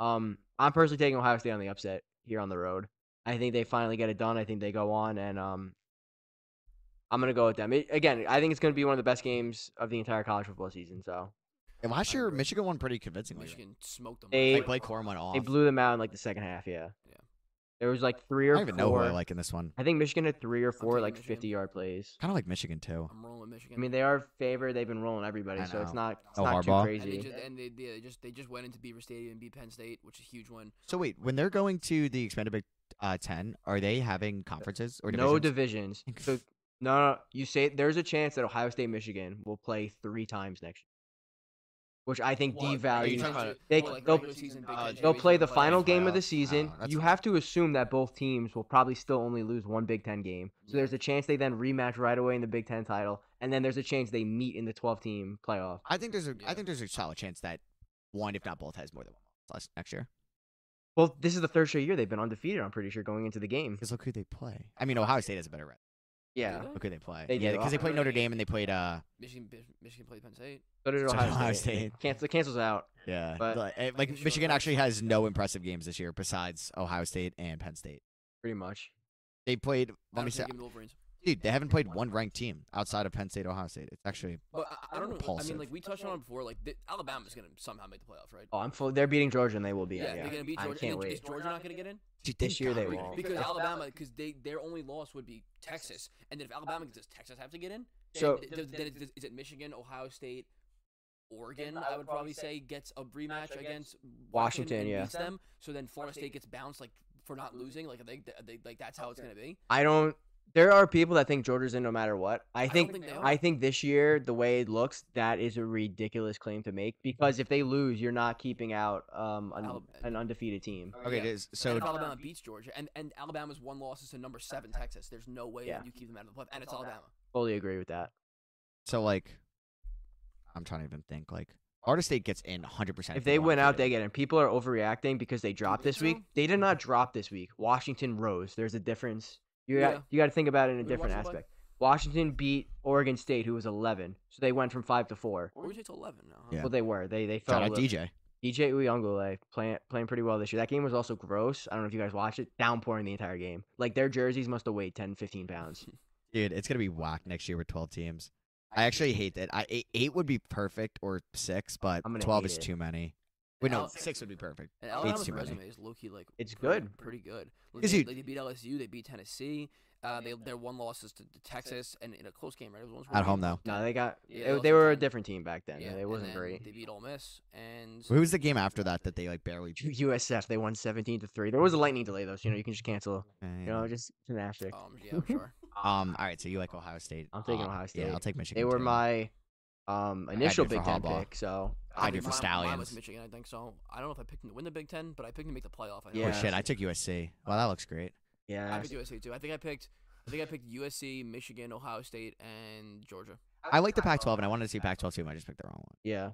S3: Um, I'm personally taking Ohio State on the upset here on the road. I think they finally get it done. I think they go on, and um, I'm gonna go with them It- again. I think it's gonna be one of the best games of the entire college football season. So
S2: And last year,
S5: agree.
S2: Michigan won pretty convincingly. right?
S5: Michigan smoked them.
S3: They-
S2: Like Blake Corum went off.
S3: they blew them out in like the second half. Yeah,
S5: Yeah.
S3: There was like three
S2: I
S3: or
S2: don't even know who
S3: four.
S2: I like in this one.
S3: I think Michigan had three or four
S5: taking
S3: like
S5: Michigan.
S3: 50 yard plays.
S2: Kind of like Michigan too.
S5: I'm rolling with Michigan.
S3: I mean, they are favored. They've been rolling everybody,
S2: I
S3: so it's
S2: know.
S3: not it's
S2: Oh,
S3: not
S2: Harbaugh?
S3: too
S5: and they
S3: crazy.
S5: just and they, they just they just went into Beaver Stadium and beat Penn State, which is a huge win.
S2: So wait, when they're going to the expanded Big uh, Ten, are they having conferences or divisions?
S3: No divisions.
S2: *laughs*
S3: So no, no, you say there's a chance that Ohio State, Michigan will play three times next year, which I think devalues.
S2: talking about-
S3: They-
S5: Well, like
S3: they'll-
S5: regular season, Big
S2: uh,
S5: Ten
S3: They'll play
S5: championship,
S3: the
S5: playoff.
S3: final game of the
S2: playoffs.
S3: season.
S2: Oh, that's
S3: you
S2: fine.
S3: have to assume that both teams will probably still only lose one Big Ten game. So there's a chance they then rematch right away in the Big Ten title, and then there's a chance they meet in the 12 team playoff.
S2: I think there's a. I
S5: Yeah.
S2: think there's a solid chance that one, if not both, has more than one loss next year.
S3: Well, this is the third straight year they've been undefeated. I'm pretty sure going into the game.
S2: Because look who they play. I mean, Ohio State has a better record.
S3: Yeah,
S5: Did
S2: Look who they play.
S3: They
S2: yeah,
S3: do.
S2: because they played Notre Dame and they played. Uh,
S5: Michigan Bis- Michigan played Penn State.
S3: so did
S2: So
S3: Ohio,
S2: Ohio
S3: State. It
S2: State.
S3: Cancel, cancels out.
S2: yeah,
S3: But-
S2: like, eh, like,
S5: Michigan
S2: Michigan
S5: was-
S2: actually has no impressive games this year besides Ohio State and Penn State.
S3: Pretty much.
S2: They played.
S5: I
S2: Let me
S5: don't
S2: say,
S5: think give 'em the Wolverines.
S2: dude, they haven't played one ranked team outside of Penn State, Ohio State. It's actually
S5: But I, I don't know. I
S2: Repulsive.
S5: mean, like we touched on it before. Like the, Alabama's gonna somehow make the playoffs, right?
S3: Oh, I'm full. They're beating Georgia, and they will be. in,
S5: they're gonna beat
S3: I
S5: Georgia.
S3: can't
S5: and then
S3: wait.
S5: Is Georgia not gonna get in?
S2: Dude,
S3: This
S2: they
S3: year they
S2: gotta be-
S3: won't.
S5: Because Alabama, because they their only loss would be Texas, and then if Alabama gets, does Texas have to get in? Then-
S3: So-
S5: th- then it- is it Michigan, Ohio State, Oregon? I would probably say gets a rematch against
S3: Washington,
S5: and
S3: yeah.
S5: beats them. So then Florida State gets bounced like for not losing. Like they, they like that's how it's gonna be.
S3: I don't. There are people that think Georgia's in no matter what. I
S5: don't
S3: think.
S5: think they
S3: I
S5: are.
S3: think this year, the way it looks, that is a ridiculous claim to make because if they lose, you're not keeping out um an,
S5: Alab-
S3: an undefeated team.
S2: Okay,
S5: Yeah.
S2: it is.
S5: And
S2: So
S5: if Alabama beats Georgia, and, and Alabama's one loss is to number seven Texas, there's no way
S3: Yeah.
S5: that you keep them out of the playoff, and it's Alabama.
S3: Fully agree with that.
S2: So like, I'm trying to even think. Like Florida State gets in 100. percent
S3: If they win out, they get in. People are overreacting because they dropped
S5: think
S3: this week.
S5: so?
S3: They did not drop this week. Washington rose. There's a difference. You got
S5: Yeah.
S3: you got to think about it in a
S5: Who'd
S3: different
S5: Washington play?
S3: aspect. Washington beat Oregon State, who was 11, so they went from five to four.
S5: Oregon State's 11 now. Huh?
S2: Yeah.
S3: Well, they were. They they fell.
S2: Shout
S3: a
S2: out
S3: little-
S2: DJ.
S3: DJ Uyongule playing playing pretty well this year. That game was also gross. I don't know if you guys watched it. Downpouring the entire game. Like their jerseys must have weighed 10, 15
S5: *laughs*
S3: pounds.
S2: Dude, it's gonna be whack next year with 12 teams. I actually hate that. I eight, eight would be perfect or six, but
S3: I'm gonna
S2: 12
S3: hate
S2: is
S3: it.
S2: too many. Wait, no,
S5: Alex-
S2: six would be
S3: *laughs*
S2: perfect.
S5: And
S2: Hates
S5: Alabama's
S2: too many.
S5: resume is low key like
S3: It's
S5: pretty-
S3: good.
S5: pretty good. Like,
S2: Is
S5: they,
S2: it-
S5: like, they beat LSU, they beat Tennessee.
S3: Oh,
S5: Uh, they their one loss is to, to Texas, and in a close game, right? It was one
S2: At home, though.
S3: No, they got
S5: Yeah,
S3: they,
S5: they
S3: they
S5: lost
S3: were a
S5: 10.
S3: different team back then. Yeah,
S5: and
S3: they wasn't
S5: then
S3: great. *laughs*
S5: They beat Ole Miss, and
S2: Who was the game after that that they like
S3: *laughs*
S2: barely?
S3: USF they won 17 to 3. There was a lightning delay though, so you know you can just cancel.
S2: Man.
S3: You know, just gymnastics.
S2: Oh,
S5: um, yeah,
S2: *laughs*
S5: I'm sure.
S2: Um. All right. So you like Ohio State?
S3: I'm taking
S2: Uh,
S3: Ohio
S2: Yeah, I'll
S3: State.
S2: take Michigan.
S3: They were
S2: too. Oh,
S3: my um
S2: I
S3: initial
S2: do for
S3: Big 10
S2: Harbaugh.
S3: pick, so
S2: I do
S5: think
S2: for
S5: mine- Mine
S2: Stallions.
S5: was Michigan, I think so. I don't know if I picked him to win the Big Ten, but I picked him to make the playoff. I know.
S2: Oh
S3: Yeah.
S2: shit! I took USC. Wow, that looks great.
S5: I
S3: yeah.
S5: picked USC too. I think I picked. I think I picked USC, Michigan, Ohio State, and Georgia.
S2: I like the Pac-12, and I wanted to see Pac-12 too. but I just picked the wrong one.
S3: Yeah.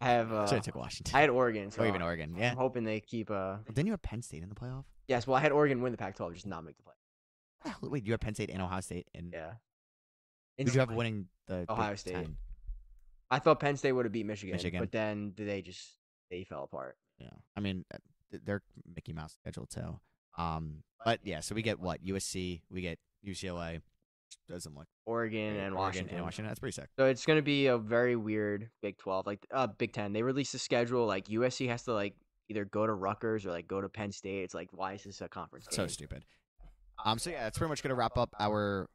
S3: I have
S2: So I
S3: uh,
S2: took Washington. *laughs*
S3: I had Oregon, so
S2: or even Oregon. Yeah.
S3: I'm hoping they keep uh
S2: Didn't you have Penn State in the playoff?
S3: Yes, well I had Oregon win the Pac-12 just not make the play.
S2: What the hell- Wait, you have Penn State and Ohio State, and
S3: Yeah.
S2: did you have winning the Big
S3: Ohio State.
S2: 10?
S3: I thought Penn State would have beat Michigan,
S2: Michigan.
S3: but then they just they fell apart.
S2: Yeah, I mean uh, th- they're Mickey Mouse schedule too. Um, but yeah, so we get what USC, we get UCLA. which Doesn't look
S3: Oregon
S2: great,
S3: and
S2: Oregon
S3: Washington.
S2: and Washington. That's pretty sick.
S3: So it's gonna be a very weird Big Twelve, like uh Big Ten. They released a schedule like USC has to like either go to Rutgers or like go to Penn State. It's like why is this a conference
S2: So
S3: game?
S2: stupid. Um, so yeah, that's pretty much gonna wrap up our.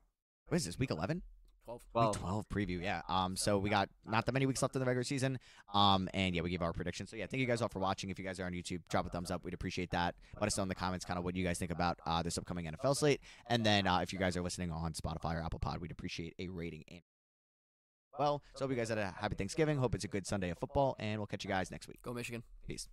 S2: What is this? Week eleven.
S5: Twelve.
S3: Well,
S2: Week 12 preview, yeah. Um, so we got not that many weeks left in the regular season. Um, and yeah, we gave our predictions. So yeah, thank you guys all for watching. If you guys are on YouTube, drop a thumbs up. We'd appreciate that. Let us know in the comments kind of what you guys think about uh, this upcoming NFL slate. And then uh, if you guys are listening on Spotify or Apple Pod, we'd appreciate a rating and well. So hope you guys had a happy Thanksgiving. Hope it's a good Sunday of football, and we'll catch you guys next week.
S5: Go Michigan.
S2: Peace.